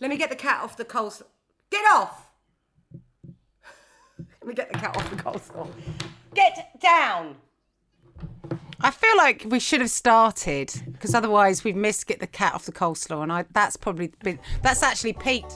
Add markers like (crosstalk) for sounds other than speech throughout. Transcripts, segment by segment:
Let me get the cat off the coleslaw. Get off! (laughs) Let me get the cat off the coleslaw. Get down! I feel like we should have started because otherwise we've missed get the cat off the coleslaw, and I, that's probably been that's actually peaked.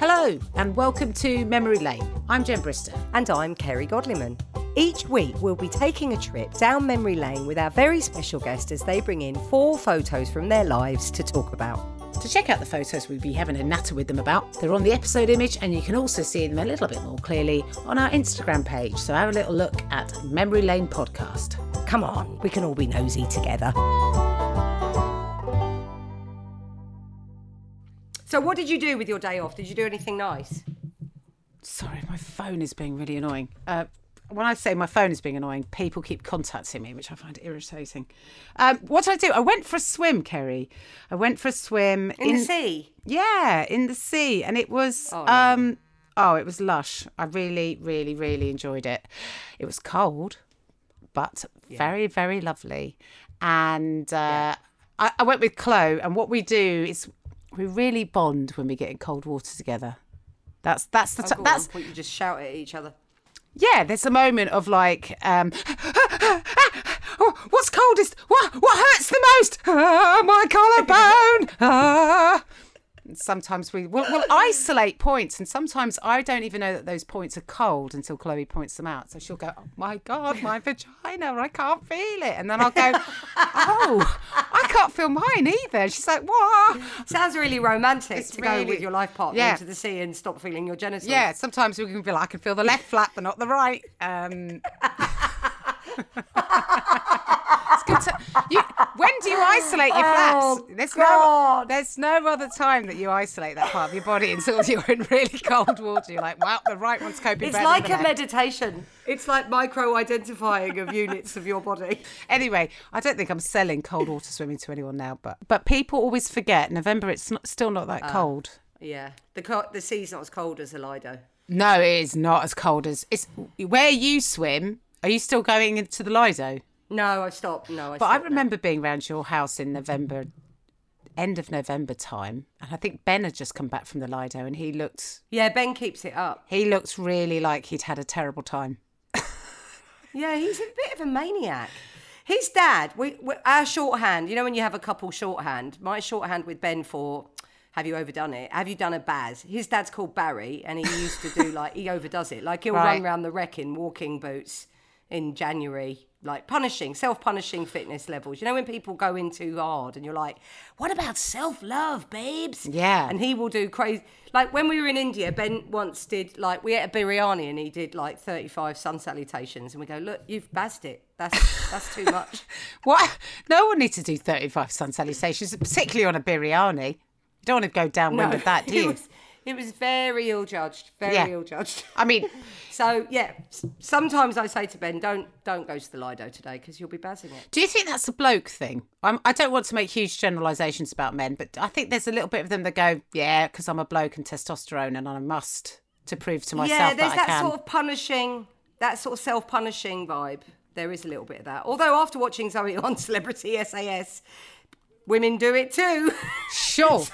Hello and welcome to Memory Lane. I'm Jen Brister. And I'm Kerry Godliman. Each week, we'll be taking a trip down memory lane with our very special guest as they bring in four photos from their lives to talk about. To check out the photos we'll be having a natter with them about, they're on the episode image and you can also see them a little bit more clearly on our Instagram page. So have a little look at Memory Lane Podcast. Come on, we can all be nosy together. So, what did you do with your day off? Did you do anything nice? Sorry, my phone is being really annoying. Uh, when I say my phone is being annoying, people keep contacting me, which I find irritating. Um, what did I do? I went for a swim, Kerry. I went for a swim In, the sea? Yeah, in the sea, and it was Oh, lovely. um oh, it was lush. I really, really, really enjoyed it. It was cold, but very, very lovely. And uh, I, I went with Chloe, and what we do is we really bond when we get in cold water together. That's that's the Oh, t- go on, that's what you just shout at each other. yeah, there's a moment of like, um, (gasps) oh, what's coldest? What what hurts the most? (laughs) Ah, my collarbone. (laughs) Ah. And Sometimes we will we'll isolate points, and sometimes I don't even know that those points are cold until Chloe points them out. So she'll go, "Oh my god, my vagina! I can't feel it," and then I'll go, "Oh, I can't feel mine either." She's like, "What?" Sounds really romantic It's to go really- with your life partner Yeah. into the sea and stop feeling your genitals. Yeah, sometimes we can be like, "I can feel the (laughs) left flap, but not the right." Um, it's good to, you, when do you isolate your flaps? Oh, there's no, God. there's no other time that you isolate that part of your body until (laughs) you're in really cold water. You're like, "Wow, the right one's coping It's better." like a than the left." meditation. It's like micro identifying of units of your body. Anyway, I don't think I'm selling cold water swimming to anyone now, but but people always forget November. It's not, still not Uh. that cold. (laughs) Yeah. The co- the sea's not as cold as the Lido. No, it is not as cold as it's where you swim. Are you still going into the Lido? No, I've stopped. No, I But I stopped now. remember being round your house in November, end of November time, and I think Ben had just come back from the Lido, and he looked Yeah, Ben keeps it up. he looked really like he'd had a terrible time. Yeah, he's a bit of a maniac. His dad, we, we our shorthand. You know when you have a couple shorthand. My shorthand with Ben for. Have you overdone it? Have you done a Baz? His dad's called Barry, and he used to (laughs) do like he overdoes it. Like he'll run Right. round the wreck in walking boots in January, like punishing, self-punishing fitness levels. You know when people go in too hard, and you're like, "What about self-love, babes?" Yeah. and he will do crazy. Like when we were in India, Ben once did like we ate a biryani and he did like thirty-five sun salutations, and we go, "Look, you've bazzed it. That's (laughs) that's too much." What? No one needs to do thirty-five sun salutations, particularly on a biryani. You don't want to go downwind with (laughs) that, do it you? was it was very ill-judged. Very Yeah. ill-judged. I mean, So yeah, s- sometimes I say to Ben, "Don't don't go to the Lido today because you'll be bazzing it." do you think that's a bloke thing? I'm, I don't want to make huge generalisations about men, but I think there's a little bit of them that go, yeah, because I'm a bloke and testosterone, and I must to prove to myself yeah, there's that I that can. sort of punishing, that sort of self-punishing vibe. There is a little bit of that. Although after watching Zoe on (laughs) Celebrity SAS, women do it too. (laughs) Sure.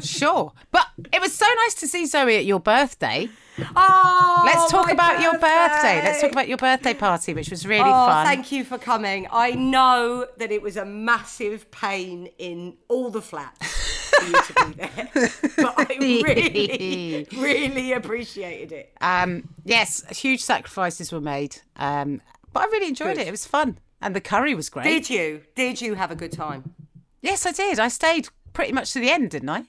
Sure. But it was so nice to see Zoe at your birthday. Oh, Let's talk my about your birthday. Let's talk about your birthday party, which was really Oh, fun. thank you for coming. I know that it was a massive pain in all the flats. for you to (laughs) be there. but I really, really appreciated it. Um, yes, huge sacrifices were made, um, but I really enjoyed it. It was fun, and the curry was great. Did you? Did you have a good time? Yes, I did. I stayed pretty much to the end, didn't I?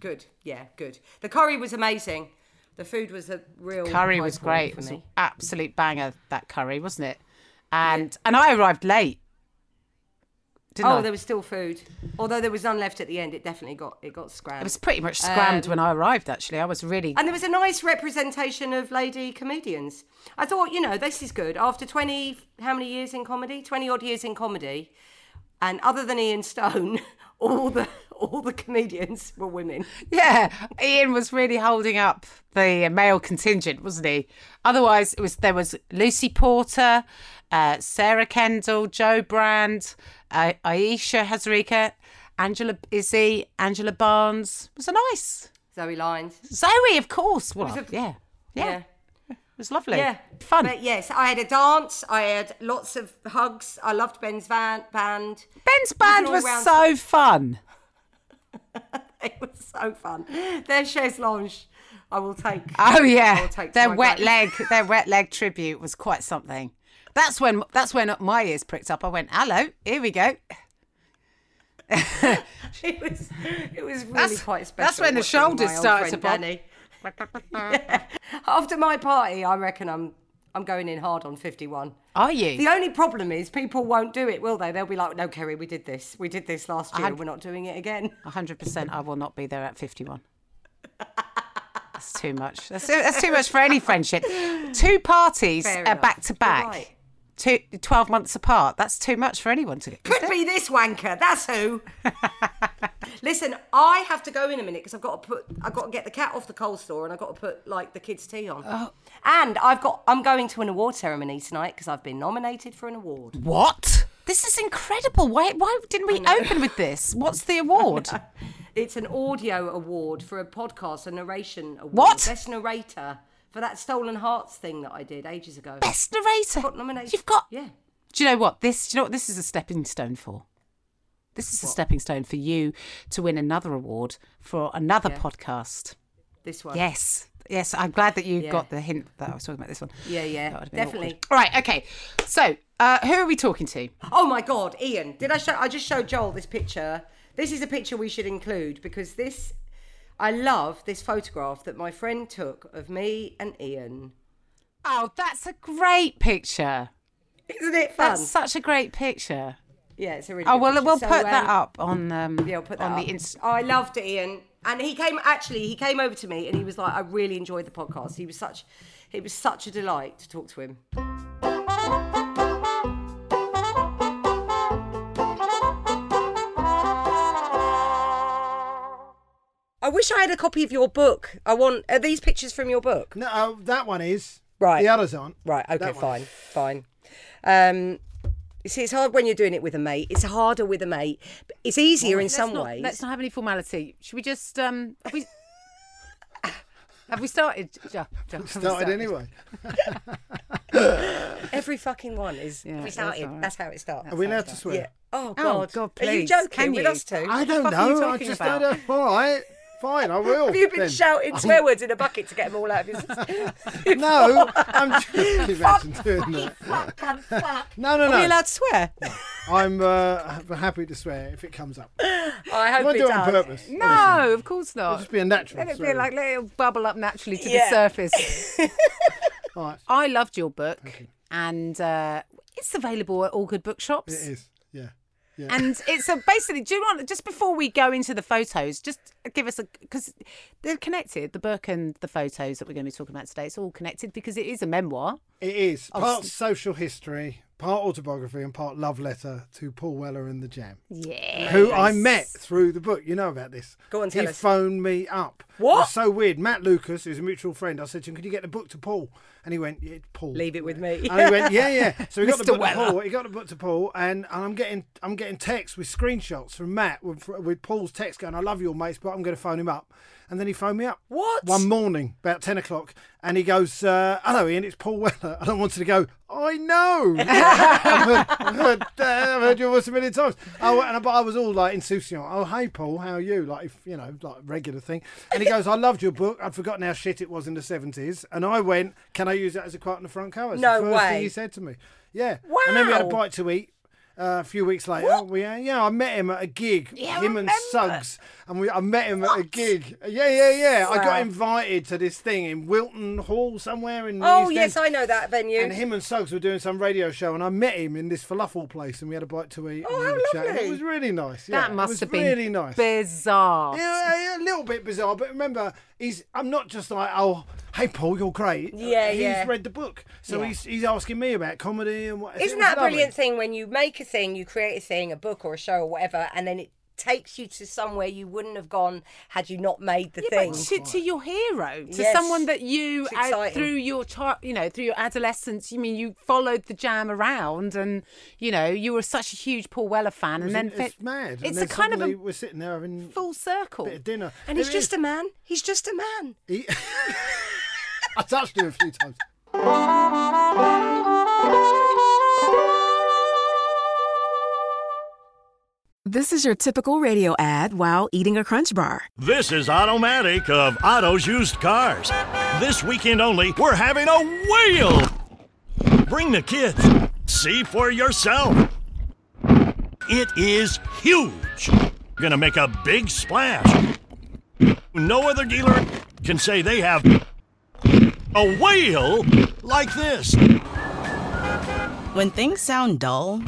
Good. Yeah, good. The curry was amazing. The food was a real Curry high was point great. It Oh, for was an me. absolute banger that curry, wasn't it? And and I arrived late. Didn't Oh, I? there was still food. Although there was none left at the end, it definitely got it got scrammed. It was pretty much scrammed Um, when I arrived. Actually, I was really And there was a nice representation of lady comedians. I thought, you know, this is good. After 20, how many years in comedy? 20 odd years in comedy. And other than Ian Stone, (laughs) all the all the comedians were women. yeah. Ian was really holding up the male contingent, wasn't he? Otherwise, it was there was Lucy Porter, uh, Sarah Kendall, Joe Brand, uh, Aisha Hazrika, Angela Izzy, Angela Barnes. It was a nice Zoe Lyons. Zoe, of course. Well, yeah. yeah, it was lovely. Yeah. fun. But yes, I had a dance. I had lots of hugs. I loved Ben's van- band. Ben's band all was round- so fun. (laughs) It was so fun. Their chaise longue, I will take. Oh I'll yeah, take their my wet goat. leg, their wet leg tribute was quite something. That's when that's when my ears pricked up. I went, "Hello, here we go." (laughs) It was, it was really That's- quite special. that's when the watching my shoulders old started to bob. friend Danny. (laughs) (laughs) Yeah. After my party, I reckon I'm I'm going in hard on 51. Are you? The only problem is people won't do it, will they? They'll be like, "No, Kerry, we did this. We did this last year. We're not doing it again." hundred percent. I will not be there at fifty-one. (laughs) That's too much. That's, that's too much for any friendship. Two parties Fair are enough. back to You're back, right. two, 12 months apart. That's too much for anyone to get. Could be this wanker. (laughs) That's who. Listen, I have to go in a minute because I've got to put, I've got to get the cat off the coal store, and I've got to put like the kids' tea on. Oh. And I've got, I'm going to an award ceremony tonight because I've been nominated for an award. What? This is incredible. Why? Why didn't we open with this? What's the (laughs) award? It's an audio award for a podcast, a narration award. What? Best narrator for that Stolen Hearts thing that I did ages ago. Best narrator. Got nominated. You've got Yeah. Do you know what this? Do you know what this is a stepping stone for? This is a stepping stone for you to win another award for another podcast. This one. Yes, yes. I'm glad that you Yeah. got the hint that I was talking about this one. Yeah, yeah, That would have been awkward. definitely. All right. Okay. So, uh, who are we talking to? Oh my God, Ian! Did I show? I just showed Joel this picture. This is a picture we should include because this, I love this photograph that my friend took of me and Ian. Oh, that's a great picture. Isn't it fun? That's such a great picture. yeah, it's a really. Oh, good we'll picture. we'll So, put that um, up on um Yeah, I'll put that on up. Oh, the Inst- I loved it, Ian. And he came actually. He came over to me and he was like, "I really enjoyed the podcast. He was such, it was such a delight to talk to him." I wish I had a copy of your book. I want are these pictures from your book? No, uh, that one is. Right. The others aren't. (laughs) Right. Okay. That Fine. one. Fine. Um, you see, it's hard when you're doing it with a mate. It's harder with a mate. But It's easier in Let's some not- ways. Let's not have any formality. Should we just um? Have we, (laughs) have we started? Jo- Jo- have we Started anyway. Every fucking one is. Yeah, we that's started. all right. That's how it starts. Are we allowed to swear? Yeah. Oh Oh, God. God, Are you please, joking can with you? us two? I Have don't fuck are you know. I talking just about? don't know. All right. (laughs) Fine, I will. you been then. shouting swear words in a bucket to get them all out of your (laughs) system? No, I'm just (laughs) imagine doing that. No, no, Are we no. allowed to swear? Oh, I'm uh, happy to swear if it comes up. (laughs) I I hope won't it do it on does. purpose. No, of course It'll not. just be a natural. Let it be swearing. like let it bubble up naturally to Yeah. the (laughs) surface. All right. I loved your book, and uh, it's available at all good bookshops. It is. Yeah. And it's a basically. Do you want just before we go into the photos, just give us a because they're connected. The book and the photos that we're going to be talking about today, it's all connected because it is a memoir. It is part social history, part autobiography, and part love letter to Paul Weller and the Jam, Yeah. who I met through the book. You know about this. Go on, he tell us. phoned me up What? It was so weird. Matt Lucas, who's a mutual friend, I said to him, "Could you get the book to Paul?" And he went, yeah, "Paul, Leave it with me. And he went, "Yeah, yeah." So he (laughs) got the Mr. book to Weller. Paul. He got the book to Paul, and, and I'm getting I'm getting texts with screenshots from Matt with, with Paul's text going, "I love you, all, mates, but I'm going to phone him up." And then he phoned me up. What? One morning, about ten o'clock, and he goes, uh, "Hello, Ian. It's Paul Weller." (laughs) And I wanted to go, "I know. (laughs) I've, heard, I've, heard, uh, I've heard your voice a million times." Oh, and I, but I was all like insouciant. Oh, hey, Paul, how are you? Like, if, you know, like regular thing. And he goes, "I loved your book. I'd forgotten how shit it was in the seventies." And I went, "Can I use that as a quote on the front cover?" It's No the first way. Thing he said to me. Yeah. And then we had a Wow. bite to eat. Uh, a few weeks later, we uh, yeah, I met him at a gig. Yeah, I him and remember. Suggs, and we I met him at a gig. Yeah, yeah, yeah. I Wow. got invited to this thing in Wilton Hall somewhere in. the Oh, East yes, End. I know that venue. And him and Suggs were doing some radio show, and I met him in this falafel place, and we had a bite to eat. Oh, and we how were chatting. lovely. It was really nice. Yeah, That it must was have been really nice. bizarre. Yeah, uh, a little bit bizarre, but remember, he's. I'm not just like, oh, hey Paul, you're great. Yeah, he's yeah. read the book, so he's he's asking me about comedy and what. Isn't it was that a lovely. brilliant thing when you make a thing, you create a thing, a book or a show or whatever, and then it takes you to somewhere you wouldn't have gone had you not made the Yeah, thing. but to, to your hero, to Yes. someone that you It's uh, exciting. through your child, you know, through your adolescence, you mean you followed the jam around, and you know you were such a huge Paul Weller fan, and then It's, it's mad. It's and then a kind of suddenly a we're sitting there having full circle. bit of dinner, and he's just a man. He's just a man. He- I touched him a few times. This is your typical radio ad while eating a crunch bar. This is Automatic of Autos Used Cars. This weekend only, we're having a whale! Bring the kids. See for yourself. It is huge. Gonna make a big splash. No other dealer can say they have a whale like this. When things sound dull,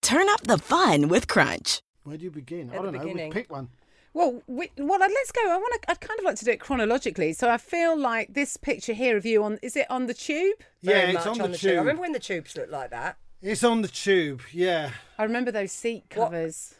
turn up the fun with Crunch. Where do you begin? I At the don't know. We beginning. pick one. Well, we, well, uh, let's go. I want to. I'd kind of like to do it chronologically. So I feel like this picture here of you on is it on the tube? Yeah, Very it's much on, the, I tube. remember when the tubes looked like that. It's on the tube. Yeah. I remember those seat What? covers.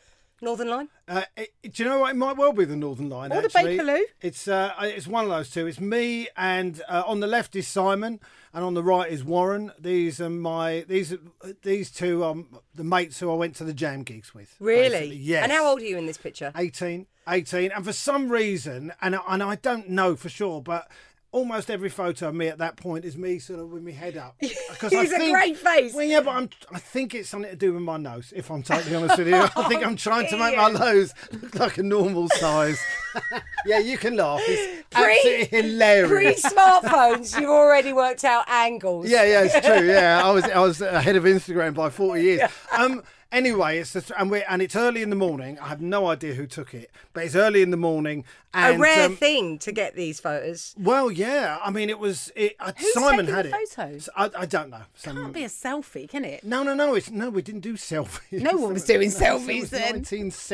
Northern Line. Uh, it, do you know what? It might well be the Northern Line. Or the actually. Bakerloo. It's uh, it's one of those two. It's me, and uh, on the left is Simon, and on the right is Warren. These are my these are- these two are the mates who I went to the jam gigs with. Really? basically. Yes. And how old are you in this picture? 18, 18. And for some reason, and, I- and I don't know for sure, but almost every photo of me at that point is me sort of with my (laughs) head up. Because He's a great face. Well, yeah, but I'm, I think it's something to do with my nose, if I'm totally honest (laughs) with you. I think I'm trying Oh, to make my nose look like a normal size. (laughs) yeah, you can laugh. It's Pre- absolutely hilarious. Pre (laughs) smartphones, you've already worked out angles. Yeah, yeah, (laughs) it's true. Yeah, I was I was ahead of Instagram by forty years. Um. Anyway, it's just, and we and it's early in the morning. I have no idea who took it, but it's early in the morning. And, a rare um, thing to get these photos. Well, yeah. I mean, it was. It, uh, Who's Simon taking had the it. photos? S- I, I don't know. Some- Can't be a selfie, can it? no, no, no. It's no. We didn't do selfies. No one was doing (laughs) It selfies was then.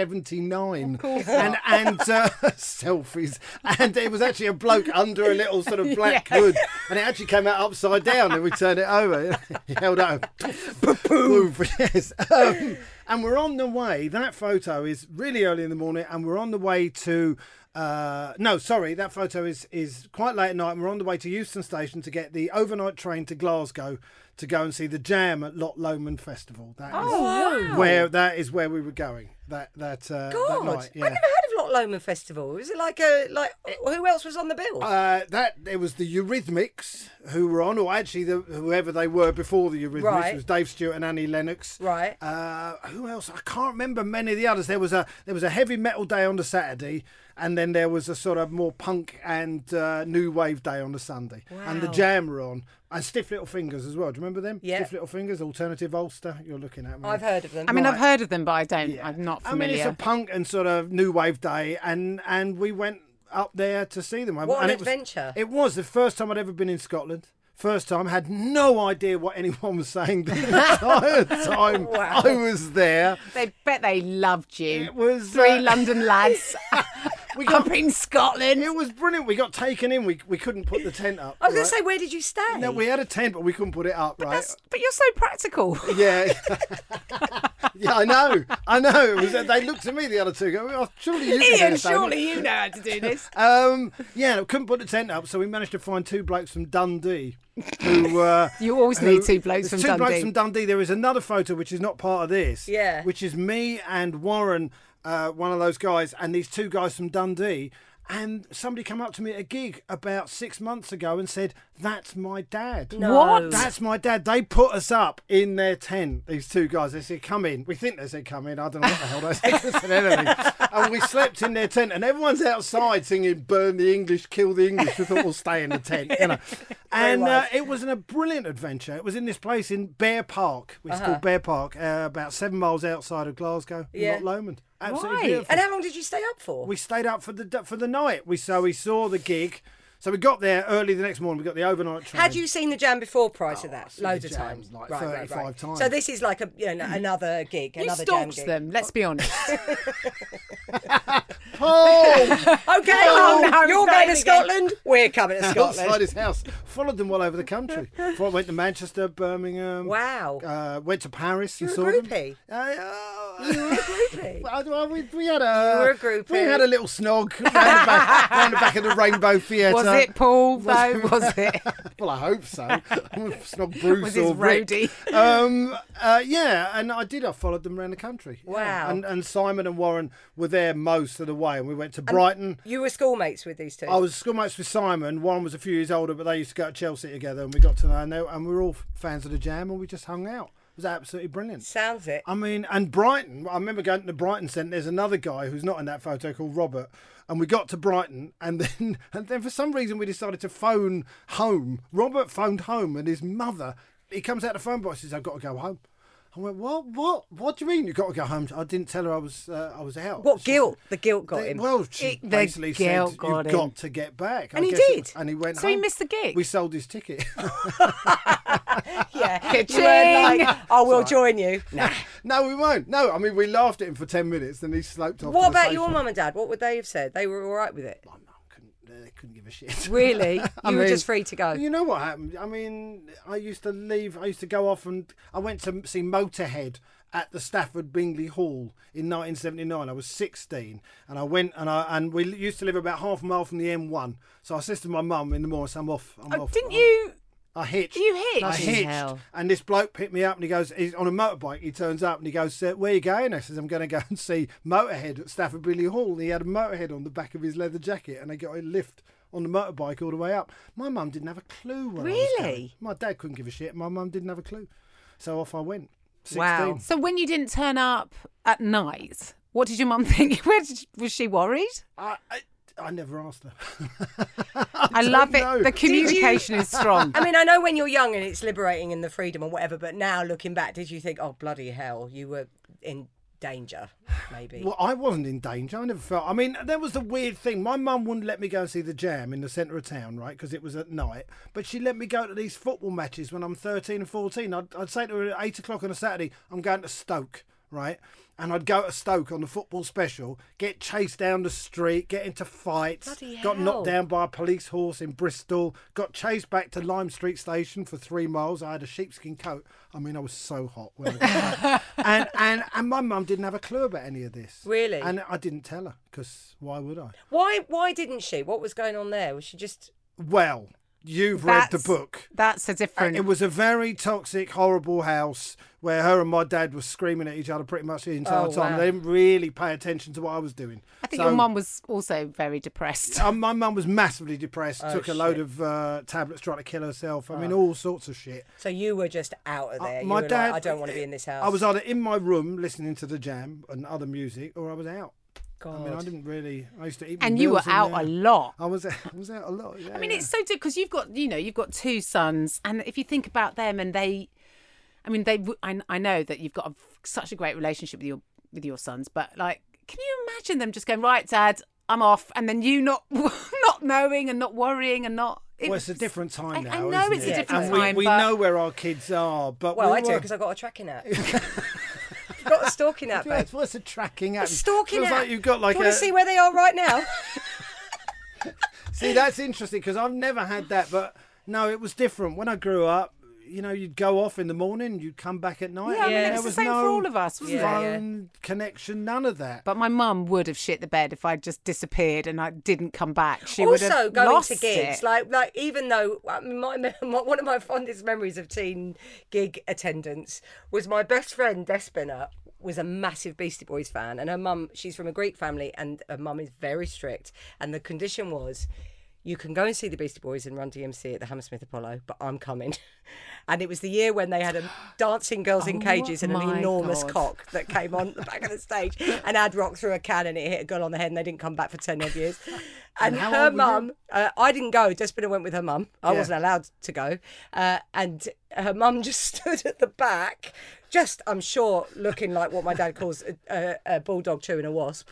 1979. and and uh, (laughs) selfies. And it was actually a bloke under a little sort of black hood, and it actually came out upside down. And we turned it over. (laughs) he held it over. (laughs) Poof, yes. Um, and we're on the way. That photo is really early in the morning, and we're on the way to. Uh, no, sorry, that photo is is quite late at night. And we're on the way to Euston Station to get the overnight train to Glasgow to go and see the Jam at Lot Lomond Festival. That is Oh, where that is where we were going. That that uh, God, that night. I Yeah. never heard of Lot Lomond Festival. Was it like a like who else was on the bill? Uh, that it was the Eurythmics who were on, or actually the, whoever they were before the Eurythmics Right. was Dave Stewart and Annie Lennox. Right. Uh, who else? I can't remember many of the others. There was a there was a heavy metal day on the Saturday, and then there was a sort of more punk and uh, new wave day on the Sunday. And the Wow. Jam were on, and Stiff Little Fingers as well. Do you remember them? Yeah. Stiff Little Fingers, Alternative Ulster. You're looking at me. I've heard of them. I mean, I've heard of them, but I don't. I'm not I mean, familiar. it's a punk and sort of new wave day, and and we went up there to see them. What and an it was- adventure. it was the first time I'd ever been in Scotland. First time, had no idea what anyone was (laughs) saying the entire time Wow. I was there. They bet they loved you. It was three (laughs) uh, London lads (laughs) (laughs) We up in Scotland. It was brilliant. We got taken in. We, we couldn't put the tent up. I was going right? to say, where did you stay? No, we had a tent, but we couldn't put it up, right? That's- but you're so practical. (laughs) Yeah. yeah, I know. I know. It was, they looked at me, the other two, go, oh, surely you (laughs) can Ian, do something." surely you know how to do (laughs) this. Um, yeah, no, couldn't put the tent up, so we managed to find two blokes from Dundee. (laughs) Who, uh, You always who- need two blokes there's from Two blokes Dundee. from Dundee. There is another photo which is not part of this. Yeah. Which is me and Warren, uh, one of those guys, and these two guys from Dundee. And somebody came up to me at a gig about six months ago and said, "That's my dad." What? That's my dad. They put us up in their tent. These two guys. They said, "Come in." We think they said, "Come in." I don't know what the hell they said. They said anything. and we slept in their tent, and everyone's outside singing "Burn the English, kill the English." We thought we'll stay in the tent, you know. And uh, it was an- a brilliant adventure. It was in this place in Bear Park. It's called Bear Park, uh, about seven miles outside of Glasgow, Yeah. in Loch Lomond. Absolutely Right. beautiful. And how long did you stay up for? We stayed up for the for the night. We so we saw the gig. So we got there early the next morning. We got the overnight train. Had you seen the jam before prior to Oh, I've that? seen Loads the of jam, times. like, right, right, 35 right. times. So this is like a you know another gig, You another jam stalked gig. them, let's be honest. Oh, Okay, Oh, no, you're it's going not to it Scotland. We're coming (laughs) to outside Scotland. his house. Followed them all over the (laughs) country. Followed, went to Manchester, Birmingham. Wow. Uh, went to Paris You're and a saw groupie. them. I, uh, (laughs) You're a groupie. I- I- we, we had a You're a groupie. we had a little snog round the back, round the back of the (laughs) Rainbow Theatre. Was it Paul, (laughs) Was- though? Was (laughs) it? well, I hope so. (laughs) snog Bruce Was or his Rick. roadie? um, uh, yeah, and I did. I followed them around the country. Yeah. Wow. And, and Simon and Warren were there most of the way, and we went to Brighton. You were schoolmates with these two. I was schoolmates with Simon. Warren was a few years older, but they used to go to Chelsea together, and we got to know. And, they, and we were all fans of the Jam, and we just hung out. It was absolutely brilliant. Sounds it. I mean, and Brighton. I remember going to the Brighton Centre. There's another guy who's not in that photo called Robert. And we got to Brighton, and then (laughs) and then for some reason we decided to phone home. Robert phoned home, and his mother. He comes out the phone box. and Says, "I've got to go home." I went, "What? What? What do you mean you have got to go home?" I didn't tell her I was uh, I was out. What She- guilt? The guilt got they- him. Well, she It- the basically said, guilt "You've got him. got to get back," I And he guess it did. was- and he went. So he home. missed the gig? We sold his ticket. (laughs) yeah. You Ka-ching. weren't like, I will join you. Nah. no, we won't. No, I mean we laughed at him for ten minutes, then he sloped off. to What the about station. your mum and dad? What would they have said? They were all right with it. My mum couldn't. They couldn't give a shit. (laughs) Really? You I were mean, just free to go. You know what happened? I mean, I used to leave. I used to go off and I went to see Motorhead at the Stafford Bingley Hall in 1979. I was 16, and I went and I and we used to live about half a mile from the M1. So I said to my mum in the morning, "I'm off. I'm Oh, off." Didn't I'm- you? I hitched. You hitched? I Bloody hitched. hell. And this bloke picked me up and he goes, he's on a motorbike. He turns up and he goes, "Uh, Where you going? I says, I'm going to go and see Motorhead at Stafford Billy Hall. And he had a Motorhead on the back of his leather jacket and they got a lift on the motorbike all the way up. My mum didn't have a clue. When I was Really? going. My dad couldn't give a shit. My mum didn't have a clue. So off I went. 16. Wow. So when you didn't turn up at night, what did your mum (laughs) think? Where did, was she worried? I, I, I never asked her. (laughs) I love it. know. The Did you- communication is (laughs) strong. I mean, I know when you're young and it's liberating and the freedom and whatever, but now looking back, did you think, oh, bloody hell, you were in danger, maybe? Well, I wasn't in danger. I never felt. I mean, there was the weird thing. My mum wouldn't let me go and see the jam in the centre of town, right? Because it was at night. But she let me go to these football matches when I'm 13 and 14. I'd, I'd say to her at 8 o'clock on a Saturday, I'm going to Stoke, right? And I'd go to Stoke on the football special, get chased down the street, get into fights, Bloody got hell. knocked down by a police horse in Bristol, got chased back to Lime Street Station for three miles. I had a sheepskin coat. I mean, I was so hot when I got (laughs) back. and, and, and my mum didn't have a clue about any of this. Really? And I didn't tell her because why would I? Why why didn't she? What was going on there? Was she just Well, you've read That's- the book. That's a different. It was a very toxic, horrible house where her and my dad were screaming at each other pretty much the entire Oh, time. wow. They didn't really pay attention to what I was doing. I think So- your mum was also very depressed. (laughs) Um, my mum was massively depressed. Oh, took a load of uh, tablets, tried to kill herself. I mean, all sorts of shit. so you were just out of Oh. there? Uh, you were like, I don't want to be in this house. I was either in my room listening to the jam and other music, or I was out. God. I mean, I didn't really. I used to eat. my and you were meals in out there. a lot. I was. (laughs) I was out a lot. Yeah, I mean, it's so difficult because you've got, you know, you've got two sons, and if you think about them, and they, I mean, they, w- I, I know that you've got a, such a great relationship with your with your sons, but like, can you imagine them just going, right, Dad, I'm off, and then you not (laughs) not knowing and not worrying and not. Well, it's a different time I- now. I know isn't it's a it? different and time, We, we but- know where our kids are, but well, we I do (laughs) were- because I got a tracking app. got a stalking app. babe. Yes, what's a tracking app? A stalking Feels app. like you've got like Do you want a. to see where they are right now? See, that's interesting because I've never had that, but no, it was different. When I grew up, you know, you'd go off in the morning, you'd come back at night. Yeah, I mean, and it there was the same for all of us, wasn't it? Yeah, phone connection, none of that. But my mum would have shit the bed if I just disappeared and I didn't come back. She would have also going lost to gigs, it. like like even though I mean, my, (laughs) my one of my fondest memories of teen gig attendance was my best friend Despina was a massive Beastie Boys fan, and her mum she's from a Greek family, and her mum is very strict, and the condition was. You can go and see the Beastie Boys and Run DMC at the Hammersmith Apollo, but I'm coming. (laughs) And it was the year when they had a dancing girls in cages and an Oh my enormous God. cock that came on the back of the (laughs) stage. And Ad Rock threw a can and it hit a girl on the head, and they didn't come back for ten odd (laughs) years. And, how her old were you? mum uh, I didn't go. Despina went with her mum. I Yeah. wasn't allowed to go. Uh, and her mum (laughs) just stood at the back, just, I'm sure, looking like what my dad calls a, a, a bulldog chewing a (laughs) wasp.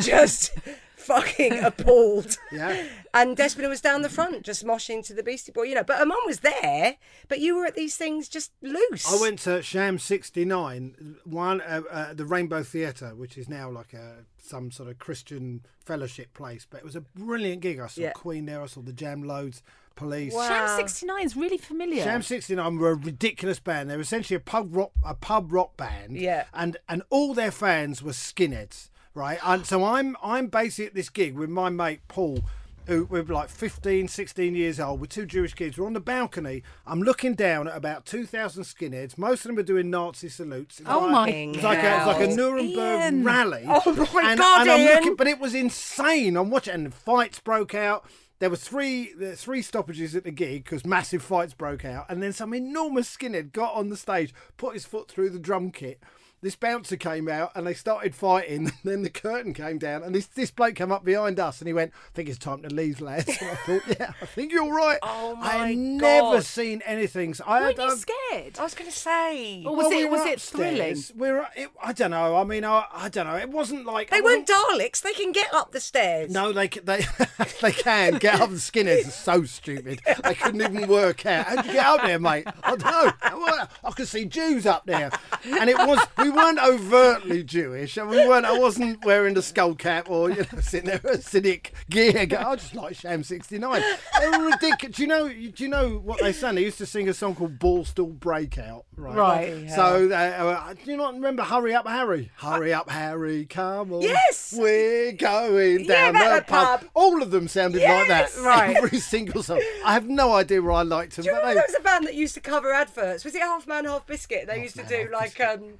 just fucking appalled. Yeah. And Despina was down the front, just moshing to the Beastie Boy, you know. But her mum was there, but you were at these things just loose. I went to Sham 69, one uh, uh, the Rainbow Theatre, which is now like a some sort of Christian fellowship place, but it was a brilliant gig. I saw Yeah. Queen there, I saw the Jam Loads, Police. Sham 69 is really familiar. Sham 69 were a ridiculous band. They were essentially a pub rock a pub rock band. Yeah. And and all their fans were skinheads, right? And so I'm I'm basically at this gig with my mate Paul who we're like 15, 16 years old. We're two Jewish kids. We're on the balcony. I'm looking down at about 2,000 skinheads. Most of them are doing Nazi salutes. It's Oh like- my It's like a, it's God. like a Nuremberg Ian. rally. Oh my and, God, and I'm Ian. looking, but it was insane. I'm watching, and fights broke out. There were three there were three stoppages at the gig because massive fights broke out, and then some enormous skinhead got on the stage, put his foot through the drum kit. This bouncer came out and they started fighting. (laughs) Then the curtain came down, and this, this bloke came up behind us and he went, "I think it's time to leave, lads." (laughs) And I thought, "Yeah, I think you're right." Oh I had my never God. seen anything. So I Weren't had, um, you I've- scared? I was going to say. Or was well, we it was were it thrilling? upstairs. We were. It, I don't know. I mean, I, I don't know. It wasn't like I They wasn't- weren't Daleks. They can get up the stairs. No, they c- they (laughs) they can get up. The skinheads are so stupid. They couldn't even work out. How'd you get up there, mate? I don't know. I wa- I could see Jews up there, and it was we weren't overtly Jewish, and we weren't. I wasn't wearing the skull cap or you know sitting there with acidic gear. Go, I just like Sham sixty nine. They were ridiculous. Do you know? Do you know what they sang? They used to sing a song called Ball Still Breakout. Right. Right. So they, uh, do you not remember Hurry Up Harry? Hurry Up Harry, come on. Yes. We're going Yeah, down that the pub. pub. All of them sounded like Yes. that. Right. Every single song. I have no idea where I liked them, Do you but remember they. there was a band that used to cover adverts? Was it Half Man Half Biscuit? They used to do like um,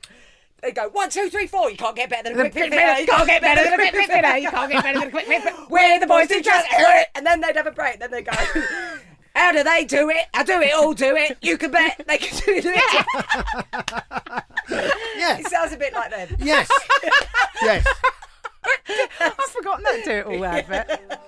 they go one two three four. You can't get better than a quick Quick fit Fitter, fitter. You can't get better than a quick (laughs) fit fitter. You can't get better than a quick fit (laughs) fitter. We're the boys (laughs) who just (laughs) and then they'd have a break. Then they (laughs) go. How do they do it? I do it all. Do it. You can bet (laughs) they can do it. Yeah. It sounds a bit like (laughs) them. Yes. yes. I've forgotten that do it all (laughs) advert.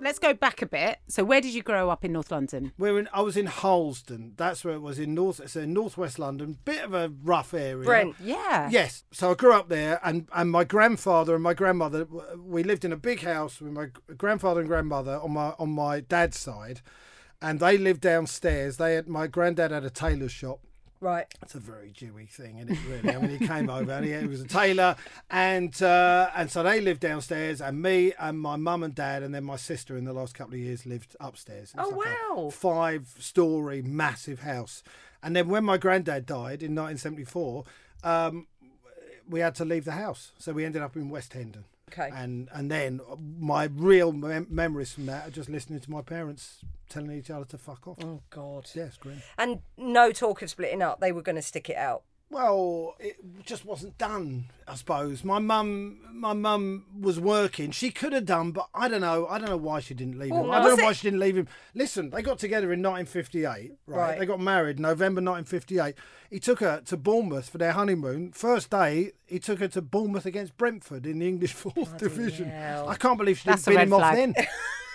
Let's go back a bit. So, where did you grow up in North London? We're in, I was in Harlesden. That's where it was in North. So in northwest London. Bit of a rough area. Brent. Yeah. Yes. So I grew up there, and, and my grandfather and my grandmother, w- we lived in a big house with my g- grandfather and grandmother on my on my dad's side, and they lived downstairs. They had my granddad had a tailor shop. Right. It's a very Jewy thing, isn't it? Really. I mean, he came over and he, he was a tailor, and uh, and so they lived downstairs, and me and my mum and dad, and then my sister in the last couple of years lived upstairs. It was Oh, a wow. Five-story massive house, and then when my granddad died in 1974. Um, we had to leave the house, so we ended up in West Hendon. Okay. And and then my real mem- memories from that are just listening to my parents telling each other to fuck off. Oh God. Yes, grim. And no talk of splitting up. They were going to stick it out. Well, it just wasn't done, I suppose. My mum, my mum was working. She could have done, but I don't know. I don't know why she didn't leave him. I don't know why she didn't leave him. Listen, they got together in 1958, right? Right. They got married November 1958. He took her to Bournemouth for their honeymoon. First day, he took her to Bournemouth against Brentford in the English (laughs) Fourth Division. I can't believe she That's a didn't red bin him flag. (laughs) off then.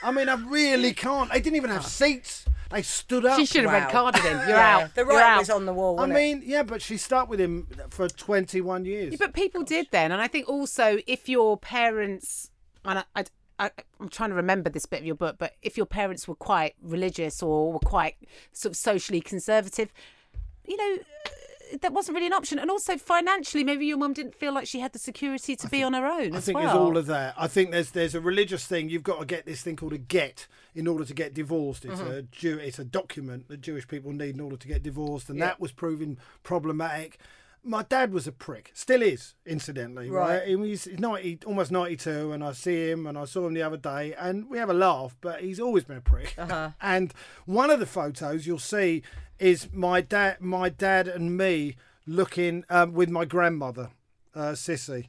I mean, I really can't. They didn't even have seats. They stood up. She should have Wow. red carded him. You're Yeah, out. The You're right out. was on the wall. I Wasn't it? mean, yeah, but she stuck with him for 21 years. Yeah, but people did then, and I think also if your parents, and I, I, I, I'm trying to remember this bit of your book, but if your parents were quite religious or were quite sort of socially conservative, you know, uh, that wasn't really an option. And also financially, maybe your mum didn't feel like she had the security to be on her own. I as think well. there's all of that. I think there's there's a religious thing. You've got to get this thing called a get in order to get divorced. Mm-hmm. It's a Jew, it's a document that Jewish people need in order to get divorced, and that was proving problematic. My dad was a prick, still is, incidentally. Right, He- he's ninety, almost ninety-two, and I see him, and I saw him the other day, and we have a laugh. But he's always been a prick. Uh-huh. (laughs) and one of the photos you'll see is my dad, my dad and me looking um, with my grandmother, uh, Sissy,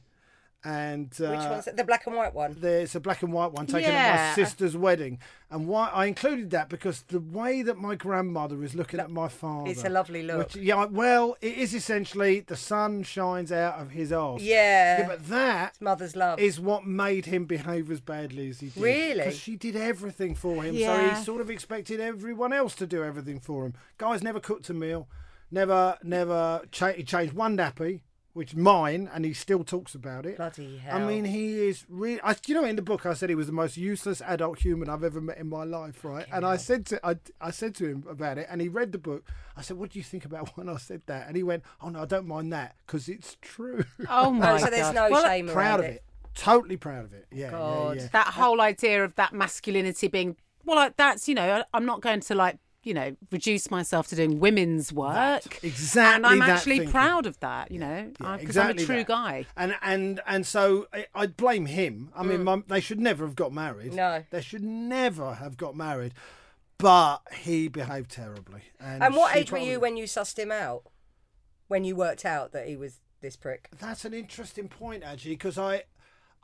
and uh, Which one's it? The black and white one. there's a black and white one taken Yeah. at my sister's wedding, and why I included that because the way that my grandmother is looking at my father, It's a lovely look. Which, yeah, well, it is essentially the sun shines out of his arse. Yeah. yeah, but that Mother's love. is what made him behave as badly as he did. Really? Because she did everything for him, so Yeah. he sort of expected everyone else to do everything for him. Guys never cooked a meal, never, never. Cha- he changed one nappy, which mine, and he still talks about it. Bloody I hell. mean, he is really. I, you know, in the book, I said he was the most useless adult human I've ever met in my life, right? And I said to I, I said to him about it, and he read the book. I said, "What do you think about (laughs) when I said that?" And he went, "Oh no, I don't mind that because it's true." (laughs) Oh my so there's God. no Well, shame around proud of it. Totally proud of it. Yeah, God. yeah, yeah. that whole idea of that masculinity being well like, that's you know I- i'm not going to like you know reduce myself to doing women's work exactly and i'm that actually thinking. proud of that you know because Yeah, i'm a true that. guy And and and so I, I blame him. I mean, my, they should never have got married. Mm. No. they should never have got married. But he behaved terribly. And, And what she age were probably- you when you sussed him out? When you worked out that he was this prick? That's an interesting point, actually, because I,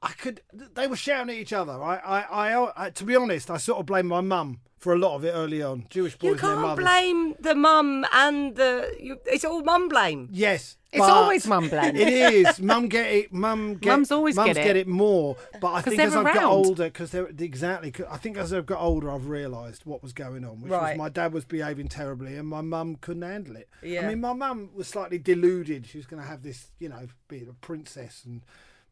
I could. They were shouting at each other. I, I, I, I to be honest, I sort of blame my mum for a lot of it early on. Jewish boys You and their can't mothers. blame the mum and the. You, it's all mum blame. Yes, it's but- always mum blame It is. Mum get it. Mum get. Mums always get mums it. get it more. But I think they're as I've got around. older, because they're exactly. 'cause I think as I've got older, I've realised what was going on, which Right. was my dad was behaving terribly and my mum couldn't handle it. Yeah. I mean, my mum was slightly deluded. She was going to have this, you know, be a princess and.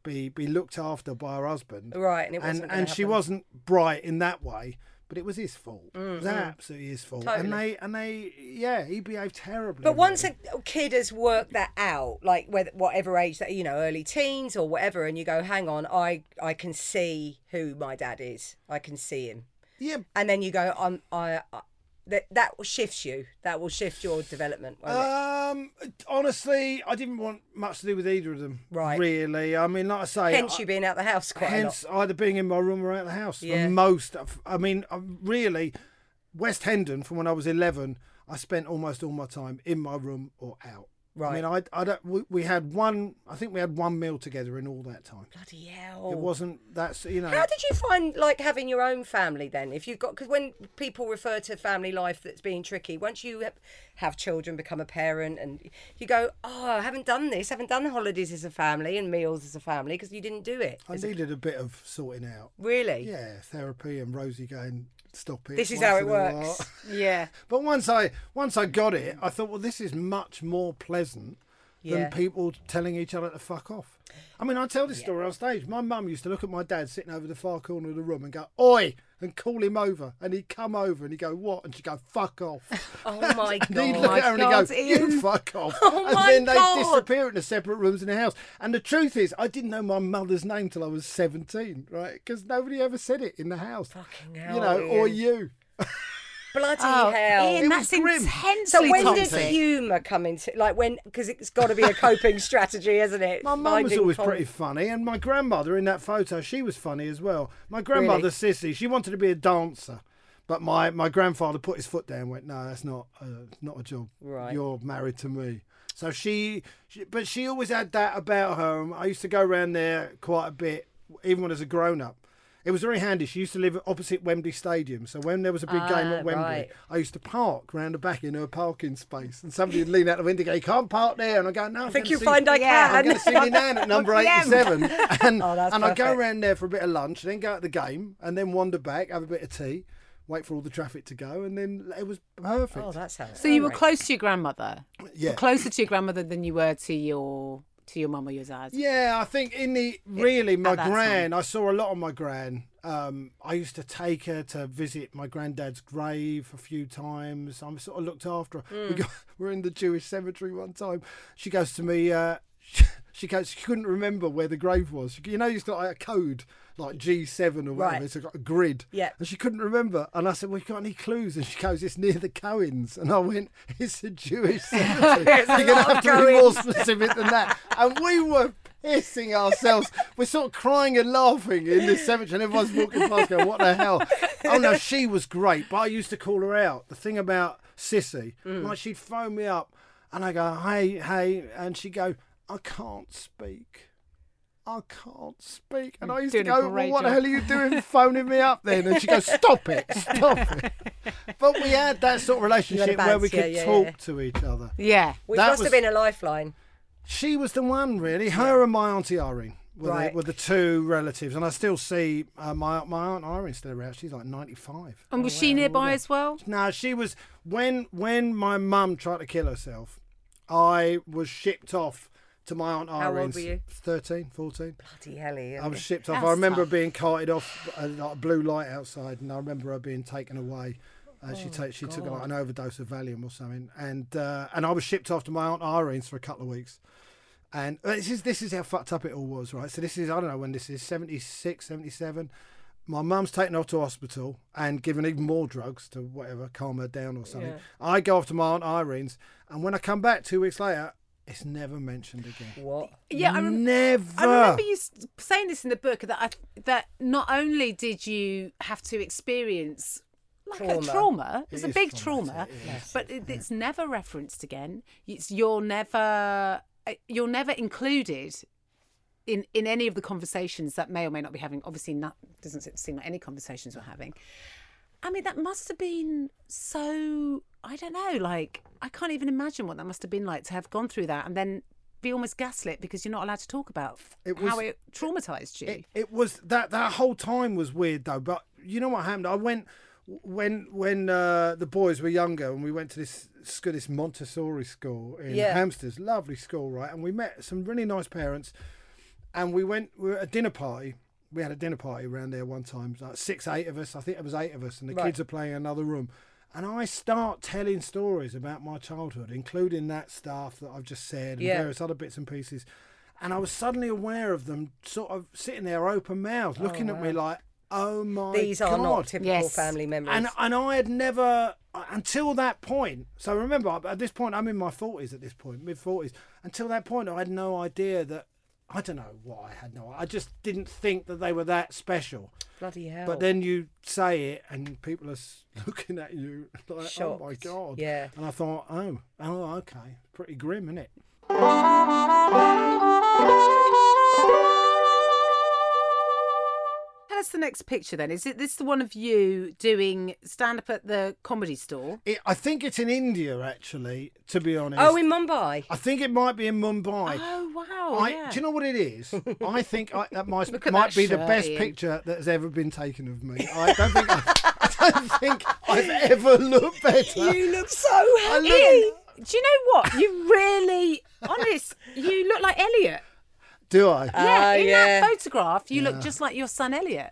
Be, be looked after by her husband, Right, and it wasn't and, gonna and she happen. wasn't bright in that way, but it was his fault. It was absolutely his fault. And Mm-hmm. Totally. they and they, yeah, he behaved terribly. But once really. a kid has worked that out, like whether, whatever age that you know, early teens or whatever, and you go, "Hang on, I I can see who my dad is. I can see him." yeah, And then you go, "I'm I." I that, that will shifts you. That will shift your development. Won't it? Um, honestly, I didn't want much to do with either of them. Right. Really, I mean, like I say, Hence, I- you being out the house quite hence either being in my room or out of the house. Yeah. And Most, of, I mean, i really, West Hendon from when I was eleven, I spent almost all my time in my room or out. Right. I mean, I, I don't. We, we had one. I think we had one meal together in all that time. a lot. Bloody hell! It wasn't. That's you know. Oh. How did you find like having your own family then? If you've got because when people refer to family life that's being tricky, once you ha- have children, become a parent, and you go, oh, I haven't done this, haven't done holidays as a family and meals as a family because you didn't do it. I Is it- needed a bit of sorting out. really? Yeah, therapy and Rosie going. Stop it. This is once how it in a while." works. yeah But once I once I got it, I thought, well, this is much more pleasant Yeah. than people telling each other to fuck off. I mean, I tell this story on stage. My mum used to look at my dad sitting over the far corner of the room and go, "Oi!" and call him over, and he'd come over and he'd go, "What?" and she'd go, "Fuck (laughs) off." Oh my (laughs) god! And he'd look at her and he'd God, (laughs) go, Ian. "You fuck off," Oh and my then they'd God. disappear into separate rooms in the house. And the truth is, I didn't know my mother's name till I was seventeen, right? Because nobody ever said it in the house, Fucking you hell, know, or Ian. you. Bloody oh hell! Ian, It that's was grim. intensely so when does toxic humour come into like when because it's got to be a (laughs) coping strategy, isn't it? My mum was Finding always com- pretty funny, and my grandmother in that photo, she was funny as well. My grandmother, Sissy, she wanted to be a dancer, but my, my grandfather put his foot down and went, No, that's not a, not a job. Right. You're married to me. So she, she, but she always had that about her. and I used to go around there quite a bit, even when I was a grown up. It was very handy. She used to live opposite Wembley Stadium. So when there was a big game Ah, at Wembley, right. I used to park round the back in her parking space. And somebody would lean out the window and go, You can't park there. And I go, No, I think you'll find I can. I'm going to see (laughs) me nan at number 87. And, Oh, that's and I go perfect. around there for a bit of lunch, then go at the game, and then wander back, have a bit of tea, wait for all the traffic to go, and then it was perfect. Oh, that sounds. so you were great. close to your grandmother yeah. closer to your grandmother than you were to your to your mum or your dad Yeah, I think in the really my oh, at that time. gran, I saw a lot of my gran Um, I used to take her to visit my granddad's grave a few times. I'm sort of looked after. her. Mm. We got, (laughs) we're in the Jewish cemetery one time. She goes to me. Uh, (laughs) she goes. She couldn't remember where the grave was. She- you know, you've got like a code like G7 or whatever. Right. It's got a grid. Yeah. And she couldn't remember. And I said, "Well, you got any clues?" And she goes, "It's near the Cohens." And I went, "It's a Jewish cemetery. You're gonna have to be more specific than that." And we were pissing ourselves. We're sort of crying and laughing in this cemetery, and everyone's walking past going, "What the hell?" Oh no, she was great, but I used to call her out. The thing about Sissy, like she'd phone me up, and I go, "Hey, hey," and she'd go, "I can't speak." I can't speak. And I used to doing a go, well, great what the job." hell are you doing phoning me up then? And she goes, stop it, stop (laughs) it. But we had that sort of relationship where we bounce, yeah, could yeah, talk yeah. to each other. Yeah. Which That must was- have been a lifeline. She was the one, really. Her and my auntie Irene were, Right. the, were the two relatives. And I still see uh, my, my aunt Irene's still around. She's like 95. And was she nearby as well? No, she was when when my mum tried to kill herself, I was shipped off to my aunt Irene's. How old were you? 13, 14. Bloody hell, Ian. I was shipped off. I remember being carted off a like, blue light outside, and I remember her being taken away. Uh, Oh, she ta- she took like, an overdose of Valium or something, and uh, and I was shipped off to my aunt Irene's for a couple of weeks. And uh, this is this is how fucked up it all was, right? So this is I don't know when this is 76, 77. My mum's taken off to hospital and given even more drugs to whatever calm her down or something. I go off to my aunt Irene's, and when I come back two weeks later, it's never mentioned again. (laughs) What? Yeah, I, rem- never. I remember you s- saying this in the book that I, that not only did you have to experience like a Trauma. trauma, it's a is big trauma, traumatic, but it, it's never referenced again. It's you're never uh, you're never included in in any of the conversations that may or may not be having. Obviously, not doesn't se- seem like any conversations we're having. I mean, that must have been so. I don't know. Like, I can't even imagine what that must have been like to have gone through that and then be almost gaslit because you're not allowed to talk about It how was- it traumatized you. It, it was that that whole time was weird though. But you know what happened? I went when when uh, the boys were younger and we went to this school, this Montessori school in Yeah. Hampstead, lovely school, right? And we met some really nice parents, and we went we were at a dinner party. We had a dinner party around there one time, like six, eight of us. I think it was eight of us, and the Right. kids are playing in another room. And I start telling stories about my childhood, including that stuff that I've just said and Yeah. various other bits and pieces. And I was suddenly aware of them sort of sitting there open mouthed, looking at me like, oh my These God. are not typical Yes. family memories. and, and I had never, uh, until that point, so remember, I- at this point, I'm in my 40s at this point, mid 40s. Until that point, I had no idea that, I don't know why I had no I just didn't think that they were that special. Bloody hell. But then you say it, and people are s- (laughs) looking at you like, "Oh my Shocked. god!" Yeah. And I thought, "Oh, oh, okay, pretty grim, isn't it?" Tell us the next picture then. Is it this the one of you doing stand up at the comedy store? it? I think it's in India, actually. To be honest, oh, in Mumbai. I think it might be in Mumbai. Oh wow! I, yeah. Do you know what it is? I think I, that might, Look at might that be the shirt, best Ian. picture that has ever been taken of me. I don't think I, I don't think I've ever looked better. You look so happy. I look- Ian, do you know what? You really honest. You look like Elliot. Do I? Yeah, Ah, in yeah. that photograph, you look just like your son Elliot.